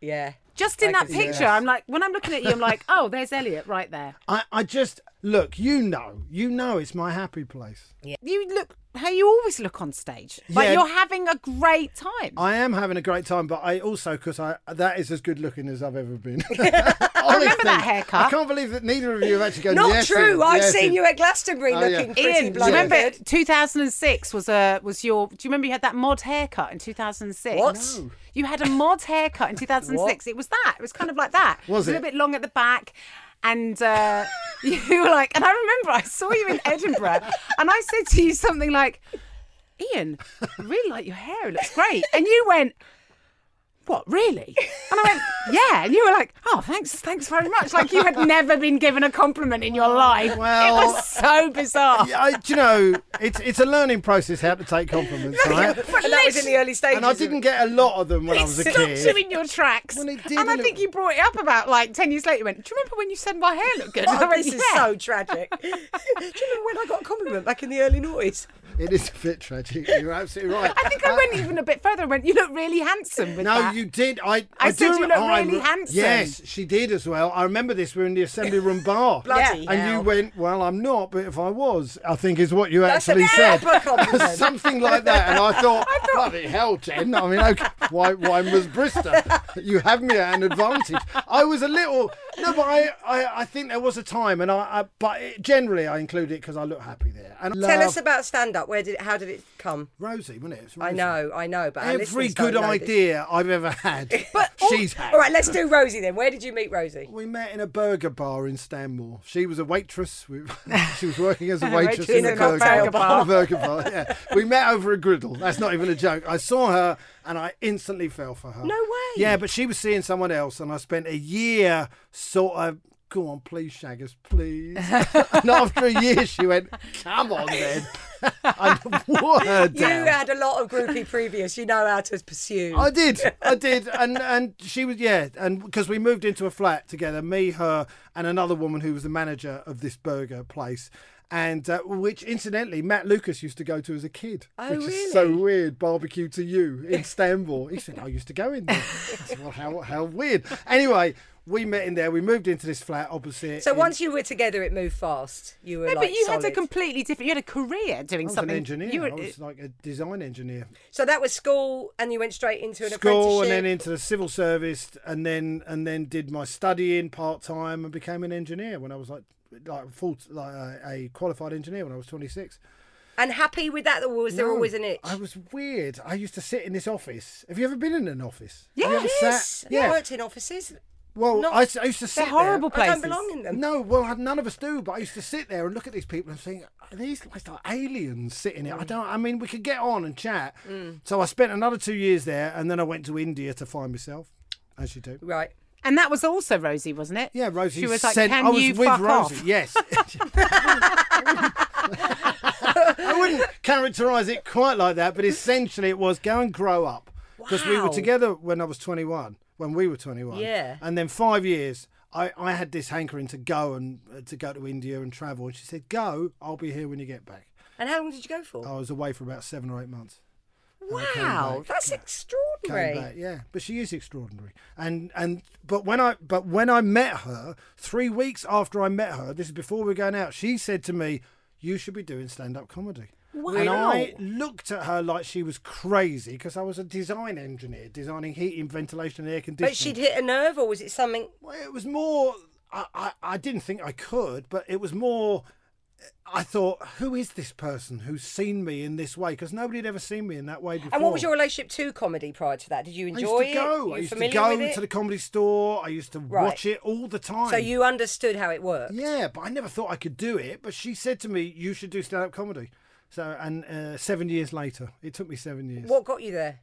Yeah. Just in I that can see picture, I'm like, when I'm looking at you, (laughs) I'm like, oh, there's Elliot right there. I, I just look. You know, you know, it's my happy place. You look how you always look on stage. Like Yeah. you're having a great time. I am having a great time, but I also because I that is as good looking as I've (laughs) ever been. remember Honestly, that haircut. I can't believe that neither of you have actually gone. Not yes, true. Ian, I've yes, seen Ian." you at Glastonbury Oh, yeah. looking pretty Ian, do you bloody remember good. 2006 was a was your? Do you remember you had that mod haircut in 2006? What? No. You had a mod haircut in 2006. it was that. It was kind of like that. Was A it? little bit long at the back, and uh, (laughs) you were like, and I remember I saw you in Edinburgh, and I said to you something like, "Ian, I really like your hair. It looks great," and you went. What really? And I went, yeah. And you were like, oh, thanks, thanks very much. Like you had never been given a compliment in your life. Well- it was so bizarre. Yeah, I, do you know, it's it's a learning process how to (laughs) take compliments, right? (laughs) And that was in the early stages. And I didn't get a lot of them when I was a stopped you kid. in your tracks. Well, it did and a I little- think you brought it up about like 10 years later. You went, Do you remember when you said my (laughs) (laughs) hair looked good? And I Oh, went, this is (laughs) "Yeah." so tragic. Do you remember when I got a compliment back in the early noughties? It is a bit tragic. You're absolutely right. I think I Uh, went even a bit further and went, you look really handsome with No, that. you did. I, I, I said do you remember- look I really re- handsome. Yes, she did as well. I remember this. We were in the assembly room bar. Bloody And you hell. went, well, I'm not, but if I was, I think is what you That's a actually proper (laughs) said. compliment. Something like that. And I thought, bloody hell, Jen. I mean, okay, why, why was Bristol? (laughs) You have me at an advantage. I was a little, no, but I, I, I think there was a time, and I, I but it, generally I include it because I look happy there. And Tell love- us about stand up. Where did it, how did it come? Rosie, wasn't it? It's I Rosie. know, I know, but our Every listeners don't good know this. idea I've ever had, But all- she's had. All right, let's do Rosie then. Where did you meet Rosie? We met in a burger bar in Stanmore. She was a waitress. We, (laughs) she was working as a waitress in in, a, a burger, cocktail bar. (laughs) A burger bar, yeah. We met over a griddle. That's not even a joke. I saw her and I instantly fell for her. No way. Yeah, but she was seeing someone else, and I spent a year sort of. Go on, please, shag us, please. and after a year, she went, "Come on, then." (laughs) I wore her You uh, down. had a lot of groupie (laughs) previous. You know how to pursue. I did, I did, and and she was yeah, and because we moved into a flat together, me, her, and another woman who was the manager of this burger place, and uh, which incidentally Matt Lucas used to go to as a kid, oh, which is so weird. Barbecue to you in Stanmore. He said I used to go in there. I said, well, how how weird. Anyway, we met in there. We moved into this flat opposite. so in- once you were together, it moved fast. You were No, like but you had a solid. completely different. You had a career doing I was an something. engineer. You were- I was like a design engineer. So that was school, and you went straight into an school apprenticeship. and then into the civil service and then and then did my studying part time and became an engineer when I was like like full like a, a qualified engineer when I was 26. and happy with that, or was there No, always an itch? I was weird. I used to sit in this office. Have you ever been in an office? Have you ever yes. sat- I Yeah. worked in offices. Well, not- I, s- I used to sit they're horrible there. I places. don't belong in them. No, well, I- none of us do. But I used to sit there and look at these people and think, are these like, like aliens sitting Mm. here? I don't. I mean, we could get on and chat. So I spent another two years there, and then I went to India to find myself, as you do. Right. and that was also Rosie, wasn't it? Yeah, Rosie She was like, sent- "Can I was you with fuck Rosie. off?" (laughs) Yes. I wouldn't characterise it quite like that, but essentially it was go and grow up because we were Wow. together when I was 21, when we were 21. Yeah. And then five years, I, I had this hankering to go and uh, to go to India and travel, and she said, "Go, I'll be here when you get back." And how long did you go for? I was away for about seven or eight months. wow, back, that's yeah. extraordinary. came back, yeah. But she is extraordinary. And and but when I but when I met her, three weeks after I met her, this is before we were going out, she said to me, You should be doing stand up comedy. And I looked at her like she was crazy because I was a design engineer, designing heating, ventilation, and air conditioning. But she'd hit a nerve, or was it something? Well, it was more. I, I, I didn't think I could, but it was more. I thought, who is this person who's seen me in this way? Because nobody had ever seen me in that way before. And what was your relationship to comedy prior to that? Did you enjoy I used to it? go. You I used to familiar go with it? to the comedy store. I used to watch it all the time. So you understood how it worked. Yeah, but I never thought I could do it. But she said to me, "You should do stand-up comedy." So, and uh, seven years later, it took me seven years. What got you there?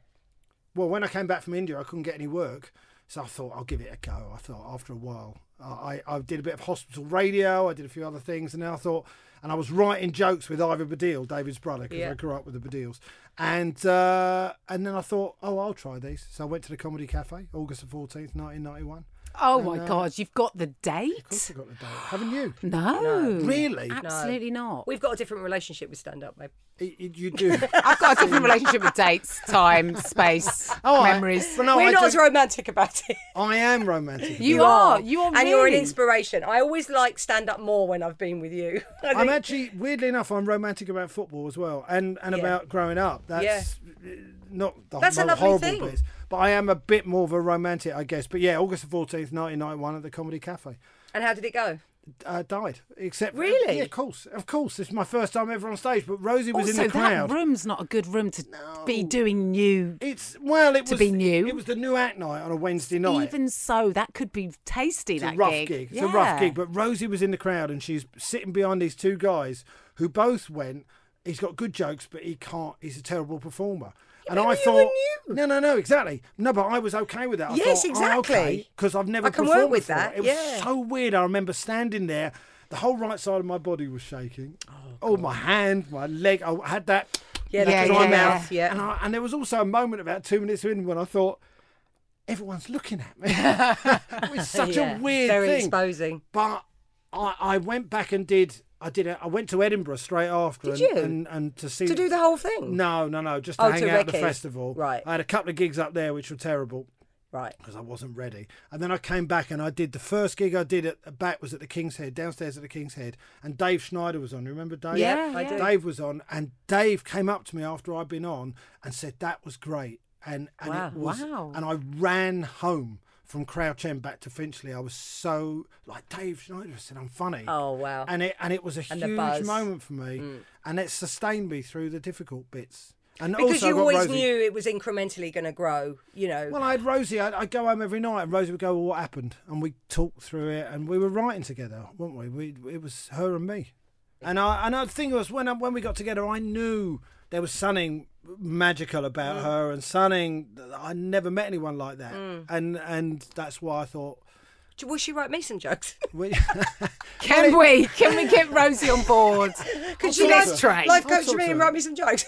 Well, when I came back from India, I couldn't get any work, so I thought I'll give it a go. I thought after a while, I, I I did a bit of hospital radio, I did a few other things, and then I thought, and I was writing jokes with Ivor Badil, David's brother, because I grew up with the Badils, and uh, and then I thought, oh, I'll try these. So I went to the Comedy Cafe, August the fourteenth, nineteen ninety-one. Oh my God, you've got the date? I got the date, haven't you? No. Really? Absolutely not. We've got a different relationship with stand up, babe. Y- y- you do. I've got a (laughs) different relationship with dates, time, space, Oh, I- (laughs) memories. but no, We're I not do- Oh, as romantic about it. I am romantic. You, (laughs) are. You are. and you're an really- inspiration. I always like stand up more when I've been with you. (laughs) (laughs) I I'm think- actually weirdly enough, I'm romantic about football as well, and and about growing up. That's uh, not the That's a mo- lovely horrible thing. bits, but I am a bit more of a romantic, I guess. But yeah, August the fourteenth, nineteen ninety one, at the Comedy Cafe, And how did it go? uh, died. Except Really? yeah, of course, of course, this is my first time ever on stage. But Rosie was also, in the crowd. Oh, that room's not a good room to be doing new. it's well, it to was be new. It was the new act night on a Wednesday night. Even so, that could be tasty. It's that a rough gig. gig. It's a rough Yeah. gig. But Rosie was in the crowd and she's sitting behind these two guys who both went. He's got good jokes, but he can't. He's a terrible performer. and I thought, no, no, no, exactly. No, but I was okay with that. I Yes, thought, "Oh, okay, exactly. because I've never I can work performed with before." that, It yeah. was so weird. I remember standing there. The whole right side of my body was shaking. Oh, my hand, my leg. I had that. Yeah, that yeah, dry yeah, mouth. yeah. And, I, and there was also a moment about two minutes in when I thought, (laughs) everyone's looking at me. it's such Yeah, a weird very thing. exposing. But I, I went back and did. I did. A, I went to Edinburgh straight after. Did and, you? And, and to see To do the whole thing? No, no, no. Just to Oh, hang to out at the Recce. festival. Right. I had a couple of gigs up there which were terrible Right. because I wasn't ready. And then I came back and I did the first gig I did at back was at the King's Head, downstairs at the King's Head, and Dave Schneider was on. You Remember Dave? Yeah, I do. Dave was on, and Dave came up to me after I'd been on and said that was great, and and it was, Wow. and I ran home. From Crouch End back to Finchley, I was so like Dave Schneider said, I'm funny. Oh, wow. And it and it was a And the huge buzz. moment for me, and it sustained me through the difficult bits. And Because also I you got always Rosie- knew it was incrementally going to grow, you know. well, I had Rosie. I'd, I'd go home every night, and Rosie would go, well, "What happened?" And we talked through it, and we were writing together, weren't we? we it was her and me, and I and I think it was when I, when we got together, I knew there was something magical about Mm. her, and something I never met anyone like that, Mm. and and that's why I thought. Will she write Mason jokes? (laughs) We, Can we? Can we get Rosie on (laughs) board? Could you let's like- try? Life I'll coach talk me to and her. write me some (laughs) jokes.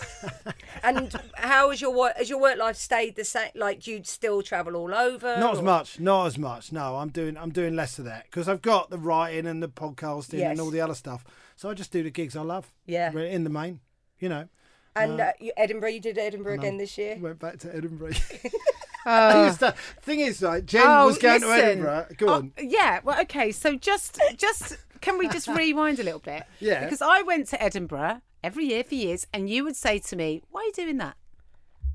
and how has your work? Has your work life stayed the same? Like you'd still travel all over? not as or- much, not as much. No, I'm doing I'm doing less of that because I've got the writing and the podcasting Yes. and all the other stuff. So I just do the gigs I love. Yeah. in the main, you know. And uh, you, Edinburgh, you did Edinburgh again this year. (laughs) went back (laughs) to Edinburgh. I used to, thing is, like, Jen was going to Oh. listen. Edinburgh. Go Oh, on. yeah. Well, okay. So just, just can we (laughs) just rewind a little bit? Yeah. Because I went to Edinburgh every year for years, and you would say to me, "Why are you doing that?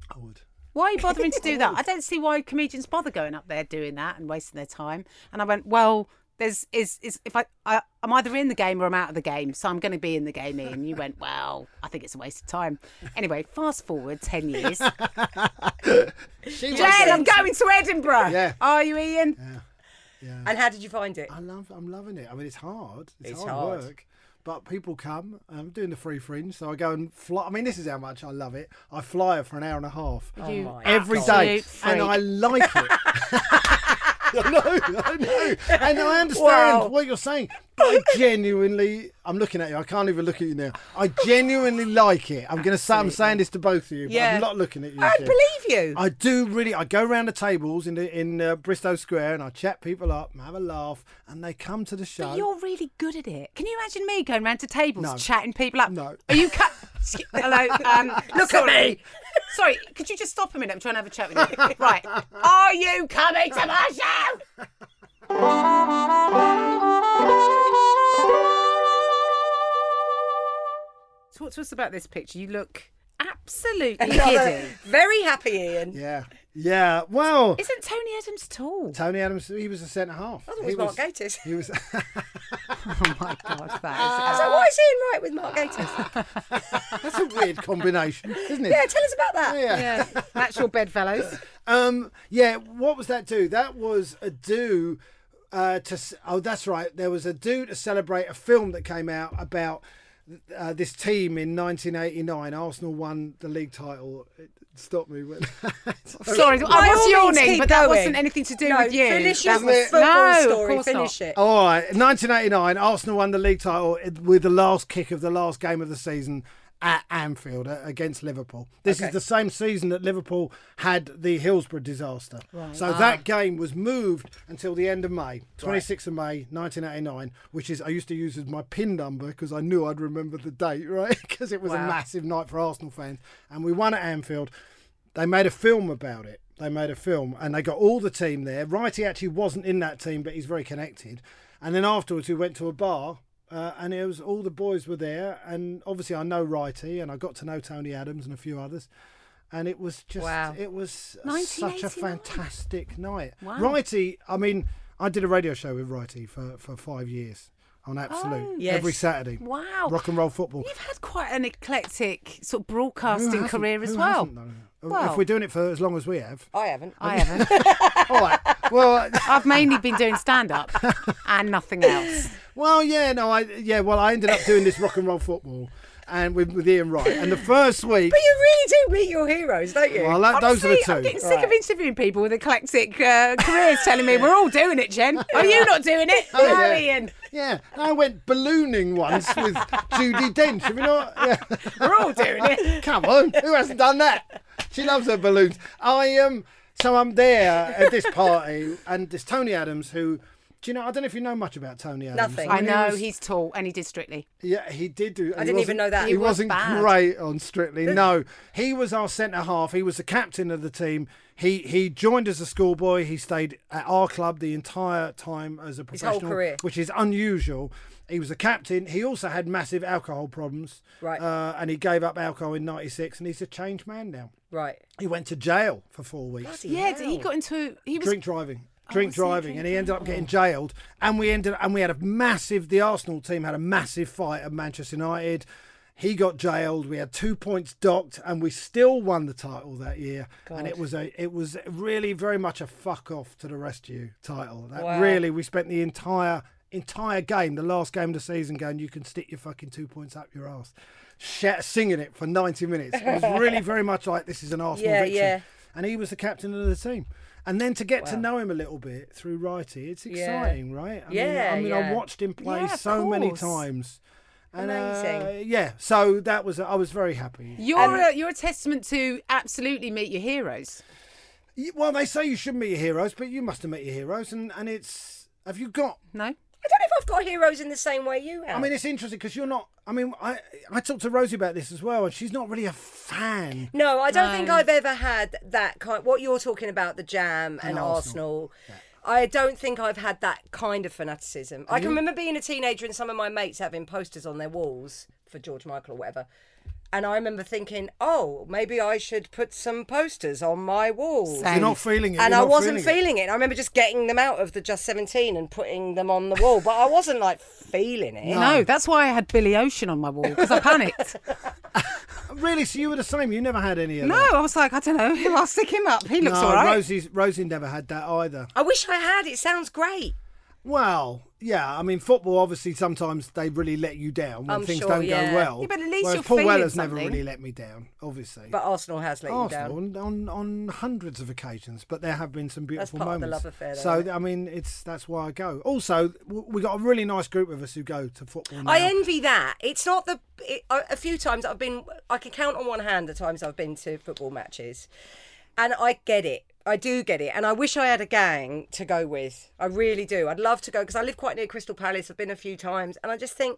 I would. Why are you bothering to (laughs) do that? I don't see why comedians bother going up there doing that and wasting their time." And I went, "Well." There's is is if I, I I'm either in the game or I'm out of the game, so I'm going to be in the game. Ian. And you went, well, I think it's a waste of time. Anyway, fast forward ten (laughs) years, She Jen, was there. I'm going to Edinburgh. Yeah. Are you, Ian? And how did you find it? I love, I'm loving it. I mean, it's hard. It's, It's hard, hard. work. But people come. I'm doing the free fringe, so I go and fly. I mean, this is how much I love it. I fly for an hour and a half every day, my (laughs) absolute freak. and I like it. (laughs) I know, I know, and I understand Wow. what you're saying. But I genuinely, I'm looking at you. I can't even look at you now. I genuinely like it. I'm going to say, I'm saying this to both of you. But Yeah. I'm not looking at you. I Jen. believe you. I do really. I go round the tables in the, in uh, Bristow Square and I chat people up, and have a laugh, and they come to the show. But you're really good at it. Can you imagine me going round to tables, No. chatting people up? No. Are you cut? Hello. Um, Look at me. Sorry, could you just stop a minute? I'm trying to have a chat with you. (laughs) right. Are you coming to my show? Talk to us about this picture. You (laughs) look absolutely giddy. Very happy, Ian. yeah, yeah. Well, Isn't Tony Adams tall? Tony Adams, he was a centre half. That he was Mark Gatiss. (laughs) He was. Oh my God, that So why is Ian right with Mark (laughs) Gatiss? (laughs) that's a weird combination, isn't (laughs) it? yeah, tell us about that. Yeah. is. yeah, that's your bedfellows. Um, yeah, what was that do? That was a do uh, to. s- Oh, that's right. There was a do to celebrate a film that came out about uh, this team in 1989. Arsenal won the league title. It stopped me when. (laughs) Sorry, By I was all means, yawning, keep but that going. wasn't anything to do No, with you. finish your That was- football no, story. Of course finish not. Oh. it. All right, 1989, Arsenal won the league title with the last kick of the last game of the season at Anfield uh, against Liverpool. This is the same season that Liverpool had the Hillsborough disaster. So that game was moved until the end of May, 26th of May, 1989, which is I used to use as my pin number because I knew I'd remember the date, (laughs) right? Because it was a massive night for Arsenal fans, and we won at Anfield they made a film about it. They made a film and they got all the team there. Wrighty actually wasn't in that team, but he's very connected. And then afterwards, we went to a bar uh, and it was all the boys were there. And obviously, I know Wrighty and I got to know Tony Adams and a few others. And it was just, it was such a fantastic night. Wrighty, I mean, I did a radio show with Wrighty for, for five years on Absolute every Yes. Saturday. Oh, Wow. Rock and roll football. You've had quite an eclectic sort of Who broadcasting hasn't- career as who well. hasn't done it? Well- if we're doing it for as long as we have, I haven't. I haven't. all right. Well, (laughs) I've mainly been doing stand up and nothing else. Well, yeah, no, I yeah, well, I ended up doing this rock and roll football, and with, with Ian Wright, and the first week, But you really do meet your heroes, don't you? (laughs) well, that, those are Honestly, the I'm getting two. sick of interviewing people with eclectic uh, careers telling me we're all doing (laughs) it, Jen. Are you not doing it? Oh, no, yeah. Ian. Yeah, I went ballooning once with Judy Dench. Have you not? Yeah. (laughs) We're all doing it. Come on, who hasn't done that? She loves her balloons. I um, so I'm there at this party, and this Tony Adams who. Do you know? I don't know if you know much about Tony Adams. Nothing. I mean, he know was- he's tall and he did Strictly. Yeah, he did do. I didn't even know that. He, He was wasn't bad. great on Strictly. No, he was our centre half. He was the captain of the team. He he joined as a schoolboy. He stayed at our club the entire time as a whole professional, career. which is unusual. He was a captain. He also had massive alcohol problems. Right. Uh, and he gave up alcohol in '96, and he's a changed man now. Right. He went to jail for four weeks Yeah, he got into he was drink driving. Drink driving, and he ended up getting jailed. And we ended, and we had a massive. The Arsenal team had a massive fight at Manchester United. He got jailed. We had two points docked, and we still won the title that year. And it was a, it was really very much a fuck off to the rescue title. That really, we spent the entire entire game, the last game of the season, going, you can stick your fucking two points up your ass, Shout, singing it for ninety minutes. It was really very much like this is an Arsenal Yeah, victory yeah. and he was the captain of the team. And then to get to know him a little bit through Righty, it's exciting, right? I Yeah, mean, I, mean I yeah. watched him play Yeah, of so many course. times. And, Uh, Amazing. yeah, so that was I was very happy. You're a, you're a testament to absolutely meet your heroes. You- Well, they say you should meet your heroes, but you must have met your heroes, and and it's have you got? No, I don't know if I've got heroes in the same way you have. I mean, it's interesting because you're not. I mean, I I talked to Rosie about this as well, and she's not really a fan. no, I don't think I've ever had that kind. What you're talking about, the Jam and, Arsenal. I don't think I've had that kind of fanaticism. I can remember being a teenager and some of my mates having posters on their walls for George Michael or whatever. And I remember thinking, oh, maybe I should put some posters on my walls. You're not feeling it, and you're I not wasn't feeling it. feeling it. I remember just getting them out of the Just 17 and putting them on the wall, but I wasn't like feeling it. Ah. no, that's why I had Billy Ocean on my wall because I (laughs) panicked. Really, so you were the same. You never had any of no, that. I was like, I don't know. I'll stick him up. He looks no, all right. Rosie's Rosie never had that either. I wish I had. It sounds great. Well, yeah. I mean, football obviously sometimes they really let you down when I'm things sure, don't yeah. go well. Yeah, but at least Whereas you're Paul feeling Weller's never something. really let me down, obviously. But Arsenal has let you Arsenal down. on, on on hundreds of occasions, but there have been some beautiful part of the moments. love affair, though, so isn't I mean, it's that's why I go. Also, w- we got a really nice group of us who go to football. Now. I envy that. It's not the it, a a few times I've been. I can count on one hand the times I've been to football matches, and I get it. I do get it, and I wish I had a gang to go with. I really do. I'd love to go because I live quite near Crystal Palace. I've been a few times, and I just think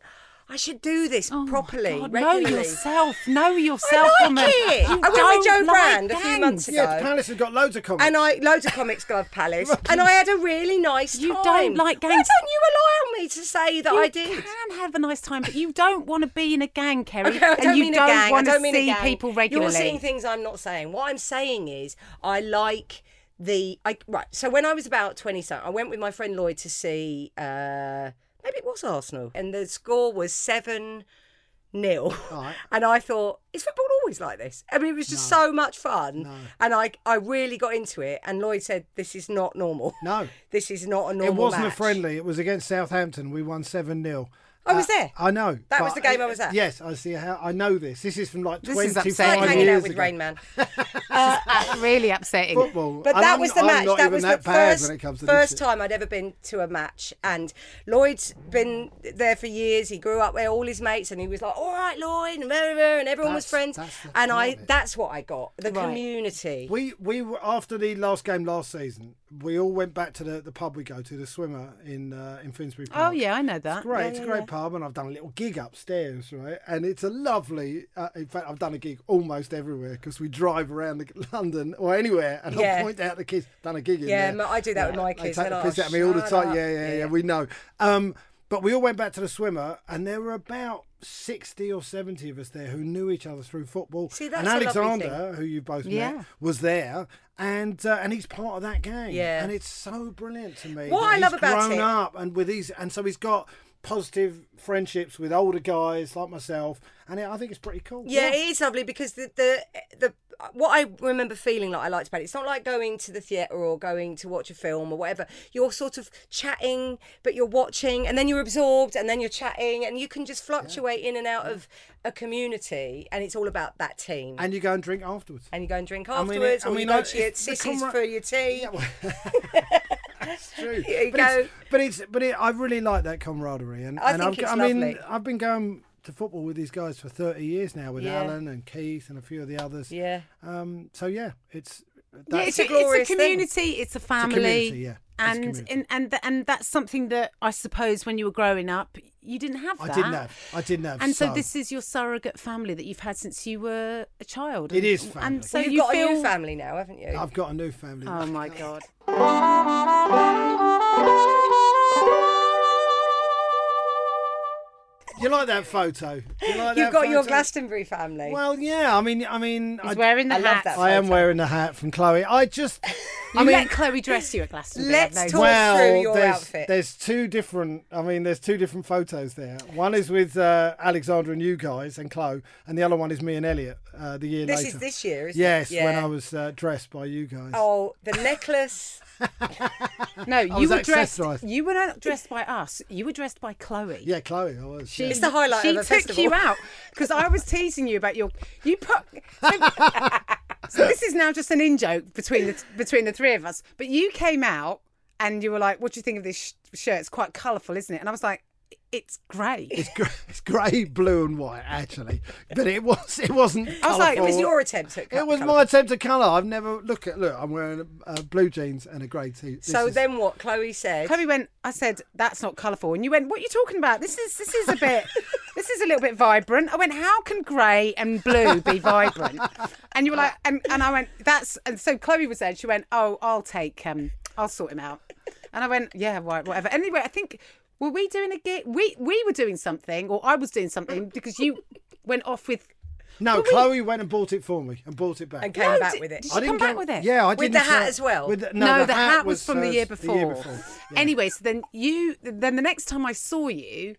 I should do this Oh my properly, God, know regularly. yourself. Know I yourself, like woman. You it. I went with don't Joe like Brand a few gangs. months ago. yeah, Palace has got loads of comments. and I loads of comics glove (laughs) palace, and I had a really nice You time. don't like Why gangs. don't you allow me to say that You I did? can have a nice time, but you don't want to be in a gang, Kerry. Okay, (laughs) I don't and you mean don't a gang. want I to don't mean see a gang. people regularly. You're seeing things I'm not saying. What I'm saying is I like the I right. So when I was about 20 something, I went with my friend Lloyd to see uh maybe it was Arsenal and the score was 7 nil (laughs) and I thought is football always like this I mean it was just so much fun and I I really got into it and Lloyd said this is not normal No. (laughs) this is not a normal it wasn't match. a friendly. It was against Southampton. We won seven 0 I was there. I know. That was but- the game I was at. Yes, I see how I know this. This is from like This is twenty upsetting. I five like years hanging out with ago. Rain Man really upsetting. football. But And that I'm- was the I'm match. not That even was that the bad first, when it comes to this first shit. time I'd ever been to a match. And Lloyd's been there for years. He grew up there, all his mates, and he was like, "All right, Lloyd," and, blah, blah, blah, and everyone was That's- friends. that's the and part I, of it. that's what I got. The community. We we were after the last game last season. We all went back to the, the pub we go to, the swimmer in uh, in Finsbury Oh Park. yeah, I know that. Great, it's a great pub, and I've done a little gig upstairs, right? And it's a lovely. Uh, in fact, I've done a gig almost everywhere because we drive around the, (laughs) London or anywhere, and Yeah. I'll point out the kids done a gig in Yeah, there. m- I do that with my They kids. take They're the piss like, out of me all the "Shut time. up." Yeah, yeah, yeah, We know. Um, but we all went back to the swimmer, and there were about sixty or seventy of us there who knew each other through football. See, that's and a lovely Alexander, who you both Yeah. met, was there, and uh, and he's part of that game. Yeah. and it's so brilliant to me. What that I he's love about grown it- up and with these, and so he's got positive friendships with older guys like myself, and it, I think it's pretty cool. Yeah, it is lovely because the the eh, the uh, what I remember feeling like I liked about it. It's not like going to the theatre or going to watch a film or whatever. You're sort of chatting, but you're watching, and then you're absorbed, and then you're chatting, and you can just fluctuate in and out of a community, and it's all about that team. And, and you go and drink afterwards. (laughs) (laughs) you go and drink I mean, it- afterwards, I or you mean, go I- to your it's the sissies comra- for your tea. Yeah, well, that's (laughs) true. Here you but, It's, go. but it's but it, I really like that camaraderie, and, I and think I've, it's I mean lovely. I've been going to football with these guys for thirty years now with Yeah. Alan and Keith and a few of the others. Yeah. Um. So yeah, it's yeah, That's it's, a a, glorious it's a thing. community. It's a family. community, yeah. It's a And community. and and th- and that's something that I suppose when you were growing up, you didn't have. I That. didn't have- I didn't have, And so, so- this is your surrogate family that you've had since you were a child. It and, is family. And so You've you got feel. a new family now, haven't you? I've got a new family. Oh (laughs) my god. You like that photo? You like You've that got your photo? Glastonbury family. Well, yeah. I mean, I mean, He's I, wearing the I love hat. that. I am photo. wearing the hat from Chloe. I just, You I mean, let Chloe dress you at (laughs) Glastonbury. Let's I've noticed. (laughs) talk- well, through your there's, outfit. there's two different. I mean, there's two different photos there. One is with uh, Alexandra and you guys and Chloe, and the other one is me and Elliot. Uh, the year This later. is this year, isn't Yes, it? when I was uh, dressed by you guys. Oh, the necklace. No, you was were dressed. accessorised. You were not dressed by us. You were dressed by Chloe. Yeah, Chloe, I was. yeah. It's the highlight she of a took festival. you out because I was teasing you about your. You put. (laughs) so this is now just an in joke between the between the three of us. But you came out and you were like, "What do you think of this sh- shirt? It's quite colourful, isn't it?" And I was like, "It's grey." It's grey, it's grey, blue, and white actually, but it was it wasn't. I was like, It was colourful. your attempt at It was colour. my attempt at colour. I've never look at look. I'm wearing uh, blue jeans and a grey tee. This So is- then what? Chloe said. Chloe went. I said, "That's not colourful," and you went, "What are you talking about? This is this is a bit, this is a little bit vibrant." I went, "How can grey and blue be vibrant?" And you were like, and, and I went, "That's." And so Chloe was there. And she went, "Oh, I'll take um, I'll sort him out." And I went, "Yeah, right, whatever." Anyway, I think were we doing a gig? We we were doing something, or I was doing something because you went off with. no, Chloe went and bought it for me and bought it back. and came No, back did- with it. did she come back with it? Yeah, I did. With the hat as well? No, the, hat, was from the year before. Anyway, so then you, then the next time I saw you,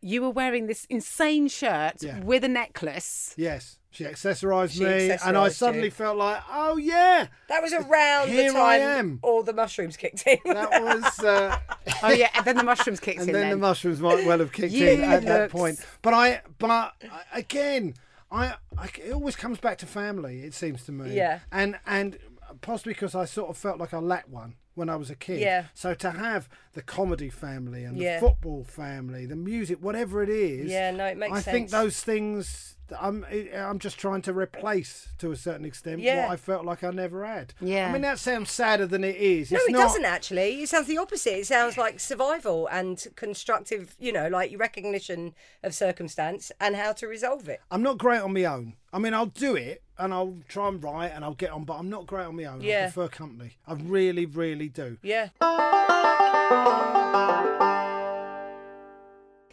you were wearing this insane shirt Yeah. with a necklace. Yes, she accessorised She me, and I accessorised suddenly you. felt like, oh yeah, That was around the Here time I am. all the mushrooms kicked in. (laughs) that was. Uh, Oh yeah, and then the (laughs) mushrooms kicked and in. then, the then. mushrooms might (laughs) well have kicked in You at that look point. But I, but I- again, I, I, it always comes back to family. It seems to me. Yeah. And and possibly because I sort of felt like I lacked one when I was a kid. Yeah. So to have the comedy family and Yeah. the football family, the music, whatever it is. Yeah, no, it makes I sense. think those things. I'm I'm just trying to replace to a certain extent Yeah. what I felt like I never had. Yeah. I mean that sounds sadder than it is. no, It's it not- doesn't actually. It sounds the opposite. It sounds like survival and constructive, you know, like recognition of circumstance and how to resolve it. I'm not great on my own. I mean, I'll do it and I'll try and write and I'll get on, but I'm not great on my own. I Yeah. prefer company. I really, really do. Yeah.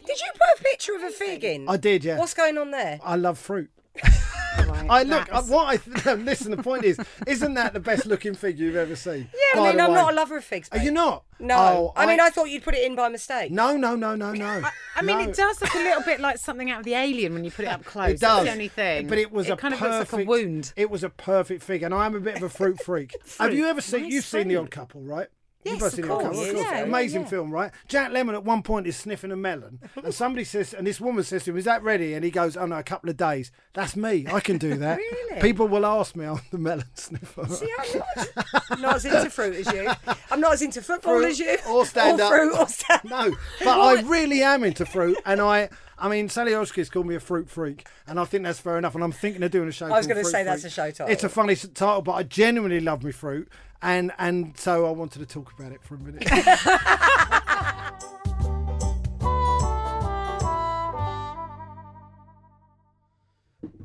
Did you put a picture of a fig in? I did, yeah. What's going on there? I love fruit. I look. I, what I (laughs) th- no, listen. The point is, isn't that the best looking fig you've ever seen? Yeah, By I mean, the I'm way. not a lover of figs. Are mate. you not? No. Oh, I, mean, I thought you'd put it in by mistake. No, no, no, no, no. I mean, No. it does look a little bit like something out of the alien when you put it up close. It does. That's the only thing. But it was a kind perfect, of looks like a wound. It was a perfect fig, and I'm a bit of a fruit (laughs) freak. Have you ever seen? Nice you've seen The fruit. Odd Couple, right? Yes, You've both of seen The Odd Couple, course. of course. Yeah, yeah, Amazing yeah. film, right? Jack Lemon at one point is sniffing a melon, (laughs) and somebody says, and this woman says to him, "Is that ready?" And he goes, "Oh no, a couple of days. That's me. I can do (laughs) that. Really? People will ask me, I'm the melon sniffer." See, I'm not, not as into fruit as you. I'm not as into football Fruit as you. or stand up. fruit or stand No, but I really am into fruit, and I, I mean, Sally Hodgkiss called me a fruit freak, and I think that's fair enough. And I'm thinking of doing a show. I was called gonna Fruit say that's Freak. a show title. It's a funny s- title, but I genuinely love my fruit, and and so I wanted to talk about it for a minute. (laughs)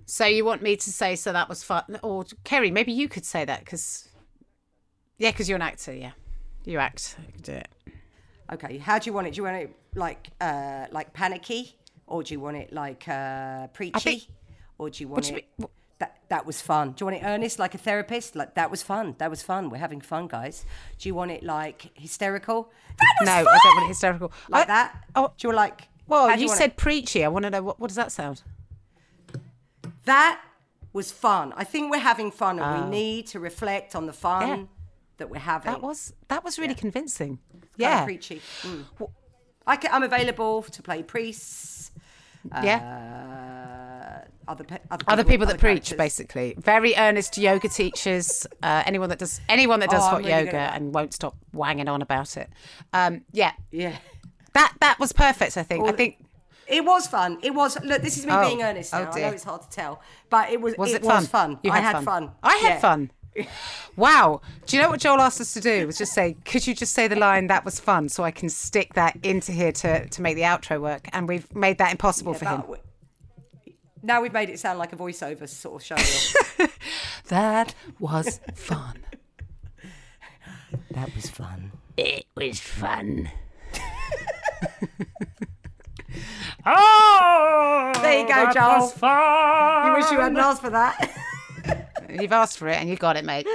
So you want me to say so that was fun, or Kerry? Maybe you could say that because, yeah, because you're an actor. Yeah, you act. You can do it. Okay, how do you want it? Do you want it like uh, like panicky, or do you want it like uh, preachy, think- or do you want do you it? that, that was fun. Do you want it earnest, like a therapist? Like that was fun. That was fun. We're having fun, guys. Do you want it like hysterical? That was No, fun. I don't want it hysterical. Like I- that? Oh, do you like? how well, do you want said it? preachy. I want to know what, what does that sound? that was fun. I think we're having fun, and we need to reflect on the fun Yeah. Oh. that we're having. That was that was really convincing. Kinda Yeah, preachy. Mm. I ca- I'm available to play priests. yeah. uh, other pe- other people, Other people that preach, characters. basically, very earnest yoga teachers. Uh, anyone that does anyone that does Oh, I'm hot really good at yoga that. and won't stop wanging on about it. Um, yeah, Yeah, that that was perfect. I think. I think it was fun. It was. Look, this is me Oh, being earnest oh now. I dear. know it's hard to tell, but it was. was it, was fun. You I had had fun. I had Yeah. fun. Wow. Do you know what Joel asked us to do? Was just say, could you just say the line that was fun so I can stick that into here to, to make the outro work? And we've made that impossible for him. But we- now we've made it sound like a voiceover sort of show. (laughs) off. That was fun. that was fun. It was fun. oh, There you go, that Joel. was fun. (laughs) You wish you hadn't asked for that. You've asked for it and you got it, mate.